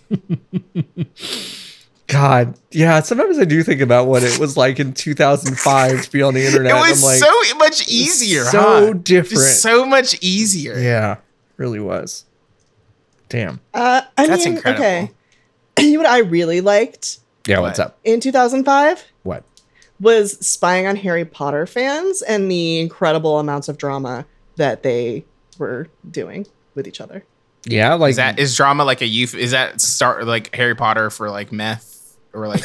Speaker 2: God, yeah. Sometimes I do think about what it was like in 2005 to be on the
Speaker 3: It
Speaker 2: internet.
Speaker 3: was
Speaker 2: I'm like,
Speaker 3: so much easier.
Speaker 2: so
Speaker 3: huh?
Speaker 2: different.
Speaker 3: Just so much easier.
Speaker 2: yeah, really was. Damn.
Speaker 4: Uh, I
Speaker 3: That's
Speaker 4: mean,
Speaker 3: incredible.
Speaker 4: okay. You know what I really liked
Speaker 2: Yeah,
Speaker 3: What?
Speaker 2: what's up?
Speaker 4: in 2005
Speaker 2: What?
Speaker 4: was spying on Harry Potter fans and the incredible amounts of drama that they were doing with each other.
Speaker 2: Yeah, like
Speaker 3: Is that is drama like a youth? Is that start like Harry Potter for like meth or like?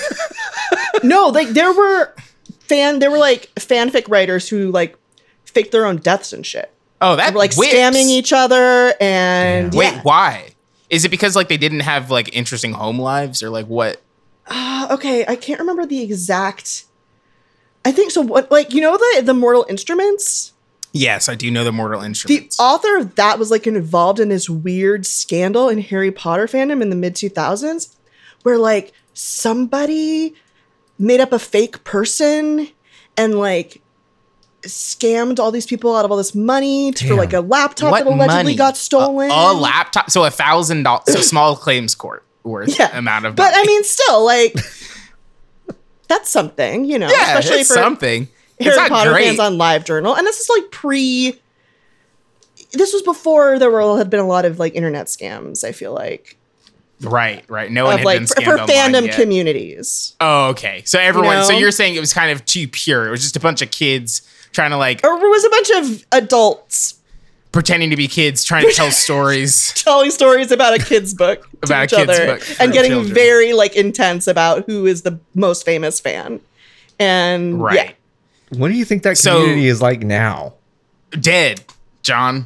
Speaker 4: no, like there were fan there were like fanfic writers who like faked their own deaths and shit.
Speaker 3: Oh,
Speaker 4: They
Speaker 3: that
Speaker 4: were like
Speaker 3: whips.
Speaker 4: scamming each other and
Speaker 2: Damn.
Speaker 3: Wait,
Speaker 4: yeah.
Speaker 3: why? Is it because like they didn't have like interesting home lives or like what?
Speaker 4: Ah, okay, I can't remember the exact I think so what like you know the the Mortal Instruments?
Speaker 3: Yes, I do know the Mortal
Speaker 4: The
Speaker 3: Instruments.
Speaker 4: author of that was like involved in this weird scandal in Harry Potter fandom in the mid 2000s where like somebody made up a fake person and like scammed all these people out of all this money t- for
Speaker 2: Damn.
Speaker 4: like a laptop that allegedly
Speaker 3: money?
Speaker 4: got
Speaker 3: A-
Speaker 4: stolen.
Speaker 3: A, laptop, so a thousand dollars, so small claims court worth
Speaker 4: Yeah,
Speaker 3: amount of.
Speaker 4: But I
Speaker 3: money.
Speaker 4: mean, still, like, that's something, you know,
Speaker 3: yeah,
Speaker 4: especially
Speaker 3: it's
Speaker 4: for
Speaker 3: something. it's
Speaker 4: Harry
Speaker 3: not
Speaker 4: Potter
Speaker 3: great.
Speaker 4: fans on LiveJournal. And this is like pre. This was before there were had been a lot of like internet scams. I feel like
Speaker 3: right, right. No one
Speaker 4: of
Speaker 3: had
Speaker 4: like
Speaker 3: been
Speaker 4: for,
Speaker 3: scammed
Speaker 4: for
Speaker 3: online
Speaker 4: fandom
Speaker 3: yet.
Speaker 4: communities
Speaker 3: Oh, okay. So everyone. So
Speaker 4: know?
Speaker 3: you're saying it was kind of too pure. It was just a bunch of kids trying to like
Speaker 4: or it was a bunch of adults
Speaker 3: pretending to be kids, trying to tell stories.
Speaker 4: telling stories about a kid's book to
Speaker 3: About a
Speaker 4: each
Speaker 3: kid's
Speaker 4: other
Speaker 3: book for
Speaker 4: and getting
Speaker 3: children.
Speaker 4: very like intense about who is the most famous fan and
Speaker 3: Right.
Speaker 4: yeah.
Speaker 2: what do you think that
Speaker 3: So-
Speaker 2: community is like now?
Speaker 3: Dead, John.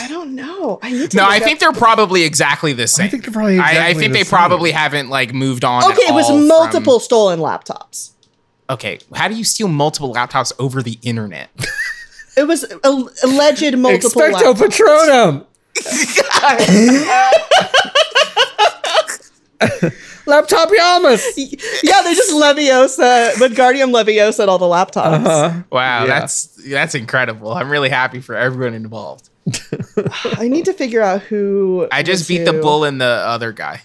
Speaker 4: I don't know. I need to
Speaker 3: No,
Speaker 4: look
Speaker 3: I
Speaker 4: up-
Speaker 3: think they're probably exactly the same.
Speaker 2: I think they're probably.
Speaker 3: I- I,
Speaker 2: exactly
Speaker 3: think
Speaker 2: the
Speaker 3: they
Speaker 2: same.
Speaker 3: probably haven't like moved on. at
Speaker 4: Okay, it was
Speaker 3: all from-
Speaker 4: multiple stolen laptops.
Speaker 3: okay, how do you steal multiple laptops over the internet?
Speaker 4: It was al- alleged multiple
Speaker 2: Expecto
Speaker 4: laptops.
Speaker 2: Patronum. Laptop Yamas.
Speaker 4: yeah, they just Leviosa, Wingardium Leviosa at all the laptops.
Speaker 2: Uh-huh.
Speaker 3: Wow,
Speaker 2: Yeah.
Speaker 3: that's that's incredible. I'm really happy for everyone involved.
Speaker 4: I need to figure out who.
Speaker 3: I just
Speaker 4: was
Speaker 3: beat the
Speaker 4: who.
Speaker 3: bull and the other guy.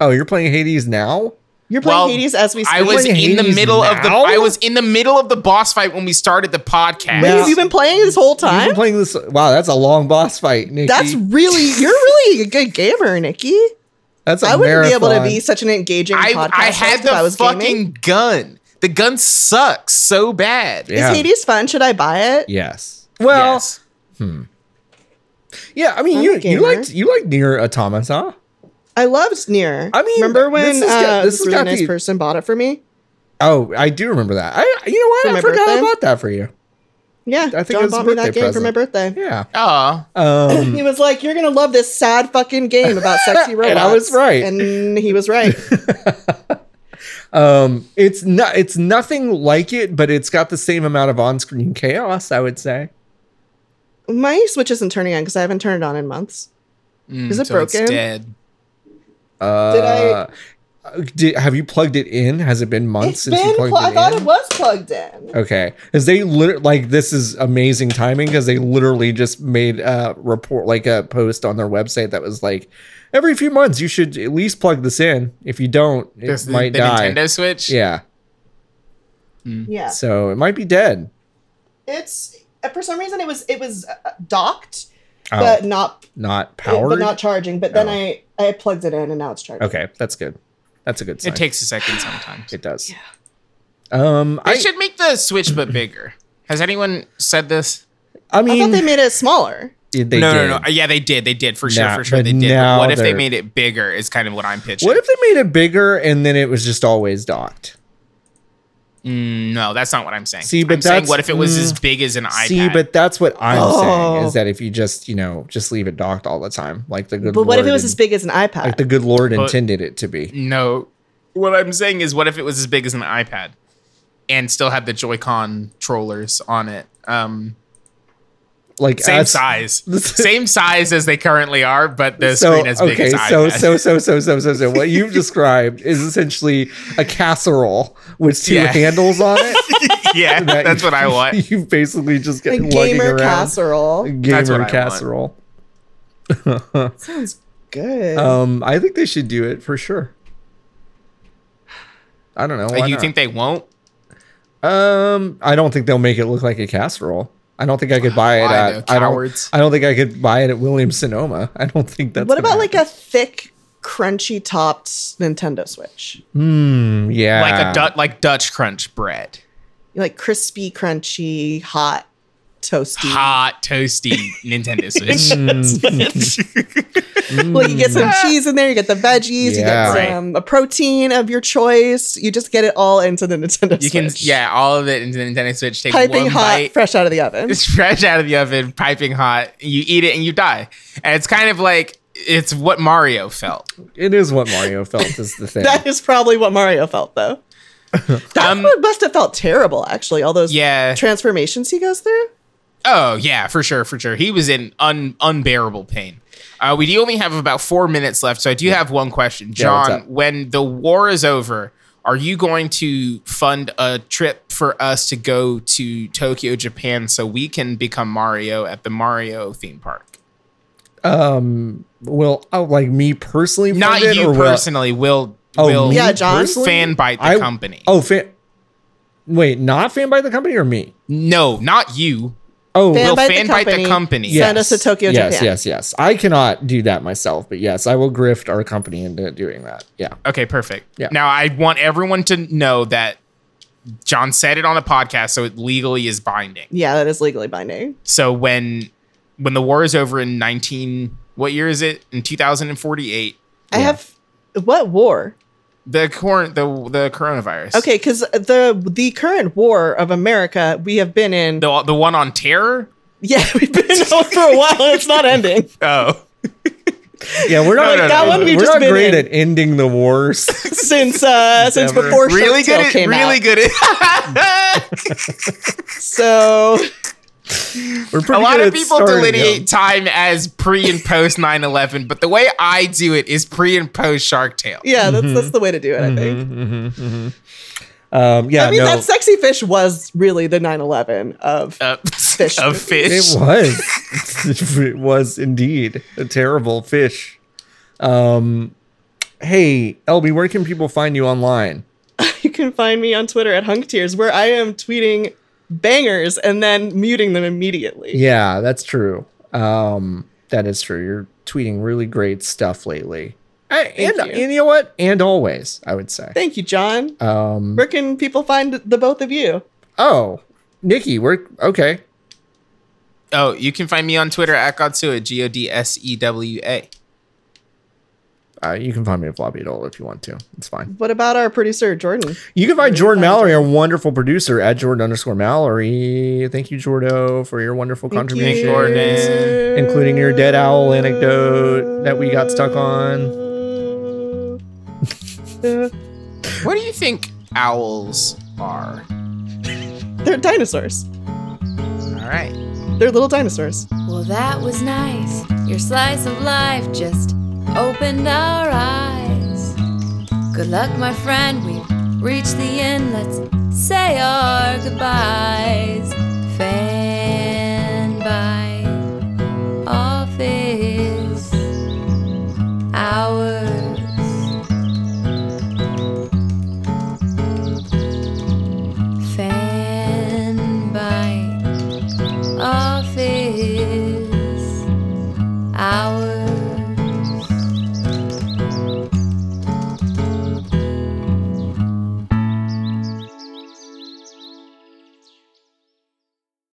Speaker 2: Oh, you're playing Hades now?
Speaker 4: You're playing
Speaker 3: Well,
Speaker 4: Hades as we speak.
Speaker 3: I was
Speaker 2: playing
Speaker 3: in the
Speaker 2: Hades
Speaker 3: middle of the
Speaker 2: now?
Speaker 3: I was in the middle of the boss fight when we started the podcast.
Speaker 4: Wait,
Speaker 2: Yeah.
Speaker 4: have you been playing this whole
Speaker 2: You've been
Speaker 4: time?
Speaker 2: playing this. Wow, that's a long boss fight, Nikki.
Speaker 4: That's really you're really a good gamer, Nikki.
Speaker 2: that's a
Speaker 4: I wouldn't
Speaker 2: marathon.
Speaker 4: be able to be such an engaging
Speaker 3: I
Speaker 4: podcast.
Speaker 3: I
Speaker 4: host
Speaker 3: had
Speaker 4: if
Speaker 3: the
Speaker 4: I was
Speaker 3: fucking
Speaker 4: Gaming.
Speaker 3: gun. The gun sucks so bad.
Speaker 2: Yeah.
Speaker 4: Is Hades fun? Should I buy it?
Speaker 2: Yes. Well,
Speaker 3: Yes.
Speaker 2: yeah. I mean,
Speaker 4: I'm
Speaker 2: you
Speaker 4: a
Speaker 2: you
Speaker 4: gamer.
Speaker 2: liked you liked near Automata.
Speaker 4: I loved Sneer.
Speaker 2: I mean,
Speaker 4: remember when
Speaker 2: this
Speaker 4: this,
Speaker 2: has got-
Speaker 4: uh,
Speaker 2: this
Speaker 4: this
Speaker 2: has
Speaker 4: really
Speaker 2: got
Speaker 4: nice
Speaker 2: the-
Speaker 4: person bought it for me?
Speaker 2: Oh, I do remember that. I you know
Speaker 4: For
Speaker 2: what? I
Speaker 4: my
Speaker 2: forgot I
Speaker 4: birthday?
Speaker 2: bought that for you.
Speaker 4: Yeah,
Speaker 2: think it
Speaker 4: John
Speaker 2: was a
Speaker 4: bought me that
Speaker 2: birthday
Speaker 4: game for my
Speaker 2: present.
Speaker 4: birthday.
Speaker 2: Yeah.
Speaker 3: Oh,
Speaker 2: Um,
Speaker 4: He was like, "You're gonna love this sad fucking game about sexy robots,"
Speaker 2: And I was right.
Speaker 4: and he was right.
Speaker 2: um, it's not it's nothing like it, but it's got the same amount of on-screen chaos, I would say.
Speaker 4: my Switch isn't turning on because I haven't turned it on in months. Is it broken?
Speaker 3: Mm, It's dead.
Speaker 2: Uh,
Speaker 4: Did I-
Speaker 2: did- have you plugged it in? Has it been months since you plugged
Speaker 4: pl-
Speaker 2: it
Speaker 4: I
Speaker 2: in?
Speaker 4: thought it was plugged in.
Speaker 2: Okay, because they lit- like this is amazing timing because they literally just made a report like a post on their website that was like, every few months you should at least plug this in. If you don't, it
Speaker 3: Just the,
Speaker 2: might
Speaker 3: the
Speaker 2: die.
Speaker 3: Nintendo Switch.
Speaker 2: Yeah,
Speaker 4: Yeah,
Speaker 2: so it might be dead.
Speaker 4: it's uh, for some reason it was it was uh, docked,
Speaker 2: Oh,
Speaker 4: but not
Speaker 2: not powered.
Speaker 4: but not charging. But then
Speaker 2: Oh.
Speaker 4: I I plugged it in and now it's charging.
Speaker 2: okay, that's good. That's a good sign.
Speaker 3: It takes a second sometimes.
Speaker 2: It does. Um,
Speaker 3: They
Speaker 2: I
Speaker 3: should make the Switch but bigger. Has anyone said this?
Speaker 2: I
Speaker 4: I
Speaker 2: mean,
Speaker 4: thought they made it smaller.
Speaker 2: they,
Speaker 3: no,
Speaker 2: did.
Speaker 3: no, no. Yeah, they did. They did for sure.
Speaker 2: Nah,
Speaker 3: for sure,
Speaker 2: but
Speaker 3: they did. But
Speaker 2: now
Speaker 3: what if they
Speaker 2: they're-
Speaker 3: made it bigger? Is kind of what I'm pitching.
Speaker 2: What if they made it bigger and then it was just always docked?
Speaker 3: Mm, no, that's not what I'm saying.
Speaker 2: See, but
Speaker 3: I'm saying
Speaker 2: that's-
Speaker 3: what if it was as
Speaker 2: mm.
Speaker 3: big as an iPad?
Speaker 2: See, but that's what I'm saying
Speaker 4: Oh.
Speaker 2: is that if you just you know just leave it docked all the time, like the good.
Speaker 4: But what if it was
Speaker 2: Lord
Speaker 4: as big as an iPad?
Speaker 2: in- Like the good Lord
Speaker 3: But-
Speaker 2: intended it to be.
Speaker 3: no. What I'm saying is, what if it was as big as an iPad, and still had the Joy-Con controllers on it? Um,
Speaker 2: Like
Speaker 3: same
Speaker 2: as-
Speaker 3: size, same size as they currently are, but the screen as big as iPad.
Speaker 2: so so so so so so so what you've described is essentially a casserole with two
Speaker 3: Yeah.
Speaker 2: handles on it.
Speaker 3: yeah,
Speaker 2: that
Speaker 3: that's
Speaker 2: you-
Speaker 3: what I want.
Speaker 2: You basically just
Speaker 4: a
Speaker 2: get lugging
Speaker 4: gamer
Speaker 2: around
Speaker 4: casserole.
Speaker 2: a
Speaker 3: That's what I
Speaker 2: gamer
Speaker 3: want.
Speaker 2: casserole.
Speaker 4: Sounds good.
Speaker 2: Um, I think they should do it for sure. I don't know.
Speaker 3: Like,
Speaker 2: why
Speaker 3: you
Speaker 2: not?
Speaker 3: think they won't?
Speaker 2: Um, I don't think they'll make it look like a casserole. I don't think I could buy it
Speaker 3: Why,
Speaker 2: at.
Speaker 3: though?
Speaker 2: I don't.
Speaker 3: Cowards.
Speaker 2: I don't think I could buy it at Williams Sonoma. I don't think that's.
Speaker 4: what about like a thick, crunchy topped Nintendo Switch?
Speaker 2: Hmm. Yeah.
Speaker 3: Like a Dut like Dutch crunch bread,
Speaker 4: Like crispy, crunchy, hot, toasty.
Speaker 3: hot toasty Nintendo Switch.
Speaker 4: Like you get some cheese in there, you get the veggies,
Speaker 2: Yeah.
Speaker 3: Mm.
Speaker 4: you
Speaker 3: Right.
Speaker 4: get some a protein of your choice. You just get it all into the Nintendo
Speaker 3: You
Speaker 4: Switch.
Speaker 3: can yeah, all of it into the Nintendo Switch. Take
Speaker 4: piping
Speaker 3: one
Speaker 4: hot,
Speaker 3: bite.
Speaker 4: fresh out of the oven.
Speaker 3: It's fresh out of the oven, piping hot. You eat it and you die. And it's kind of like it's what Mario felt.
Speaker 2: It is what Mario felt is the thing.
Speaker 4: That is probably what Mario felt though. That
Speaker 3: Um,
Speaker 4: one must have felt terrible, actually. All those
Speaker 3: Yeah.
Speaker 4: transformations he goes through.
Speaker 3: Oh yeah, for sure, for sure. He was in un- unbearable pain. Uh, we do only have about four minutes left, so I do have one question,
Speaker 2: what's
Speaker 3: John.
Speaker 2: up?
Speaker 3: when the war is over, are you going to fund a trip for us to go to Tokyo, Japan, so we can become Mario at the Mario theme park?
Speaker 2: um. Well, oh, like me personally. fund
Speaker 3: Not
Speaker 2: it,
Speaker 3: you
Speaker 2: or will-
Speaker 3: personally. Will
Speaker 2: Oh,
Speaker 3: will
Speaker 2: me
Speaker 4: Yeah, John?
Speaker 2: personally?
Speaker 3: fan bite the
Speaker 2: I-
Speaker 3: company?
Speaker 2: Oh, fan. Wait, not fan by the company or me?
Speaker 3: no, not you.
Speaker 2: Oh,
Speaker 4: Fan
Speaker 3: Will
Speaker 4: bite the
Speaker 3: fan bite the
Speaker 4: company.
Speaker 3: company?
Speaker 4: Yeah. Send us to Tokyo,
Speaker 2: yes,
Speaker 4: Japan.
Speaker 2: Yes, yes, I cannot do that myself, but yes, I will grift our company into doing that. Yeah.
Speaker 3: Okay, perfect.
Speaker 2: Yeah.
Speaker 3: Now I want everyone to know that John said it on a podcast, so it legally is binding.
Speaker 4: Yeah, that is legally binding.
Speaker 3: So when when the war is over in nineteen, what year is it? In two thousand and forty eight,
Speaker 4: I have what war?
Speaker 3: the cor- the the coronavirus.
Speaker 4: Okay, because the the current war of America we have been in.
Speaker 3: The the one on terror.
Speaker 4: Yeah, we've been in it for a while. and It's not ending.
Speaker 3: Oh.
Speaker 2: Yeah, we're not
Speaker 3: no, no,
Speaker 4: That one we've
Speaker 2: we're
Speaker 4: just
Speaker 2: not
Speaker 4: been
Speaker 2: great
Speaker 4: in.
Speaker 2: at ending the wars.
Speaker 4: since uh since
Speaker 2: Never.
Speaker 4: before Shark
Speaker 3: Really
Speaker 4: Tale
Speaker 3: good. At,
Speaker 4: came
Speaker 3: really good.
Speaker 4: out.
Speaker 3: At,
Speaker 4: So
Speaker 2: We're
Speaker 3: a
Speaker 2: pretty
Speaker 3: lot
Speaker 2: good
Speaker 3: of
Speaker 2: at
Speaker 3: people
Speaker 2: starting
Speaker 3: delineate
Speaker 2: them.
Speaker 3: time as pre and post 9-11, but the way I do it is pre and post Shark Tale.
Speaker 4: yeah, that's that's the way to do it.
Speaker 2: Mm-hmm.
Speaker 4: I think.
Speaker 2: Um, yeah,
Speaker 4: I mean,
Speaker 2: no,
Speaker 4: that sexy fish was really the 9/11 of.
Speaker 3: Uh,
Speaker 4: Fish
Speaker 3: of fish.
Speaker 2: it was. it was indeed a terrible fish. Um, hey, LB, where can people find you online?
Speaker 4: you can find me on Twitter at Hunk Tears, where I am tweeting bangers and then muting them immediately.
Speaker 2: Yeah, that's true. Um, that is true. You're tweeting really great stuff lately. I, and,
Speaker 4: Thank you.
Speaker 2: and you know what? And always, I would say.
Speaker 4: Thank you, John.
Speaker 2: Um,
Speaker 4: Where can people find the both of you?
Speaker 2: oh, Nikki, we're okay.
Speaker 3: Oh, you can find me on Twitter at Godsua, G O D S E W A.
Speaker 2: uh, you can find me at Floppy Adult if you want to. It's fine.
Speaker 4: What about our producer, Jordan?
Speaker 2: You can find Jordan Mallory, our wonderful producer, at Jordan underscore Mallory. Thank you, Jordo, for your wonderful
Speaker 3: Thank
Speaker 2: contribution,
Speaker 3: you. Jordan.
Speaker 2: including your dead owl anecdote that we got stuck on.
Speaker 3: What do you think owls are?
Speaker 4: They're dinosaurs.
Speaker 3: All right.
Speaker 4: They're little dinosaurs.
Speaker 1: Well, that was nice. Your slice of life just opened our eyes. Good luck, my friend. We've reached the end. Let's say our goodbyes. Fan by office hours. Fan by office hours.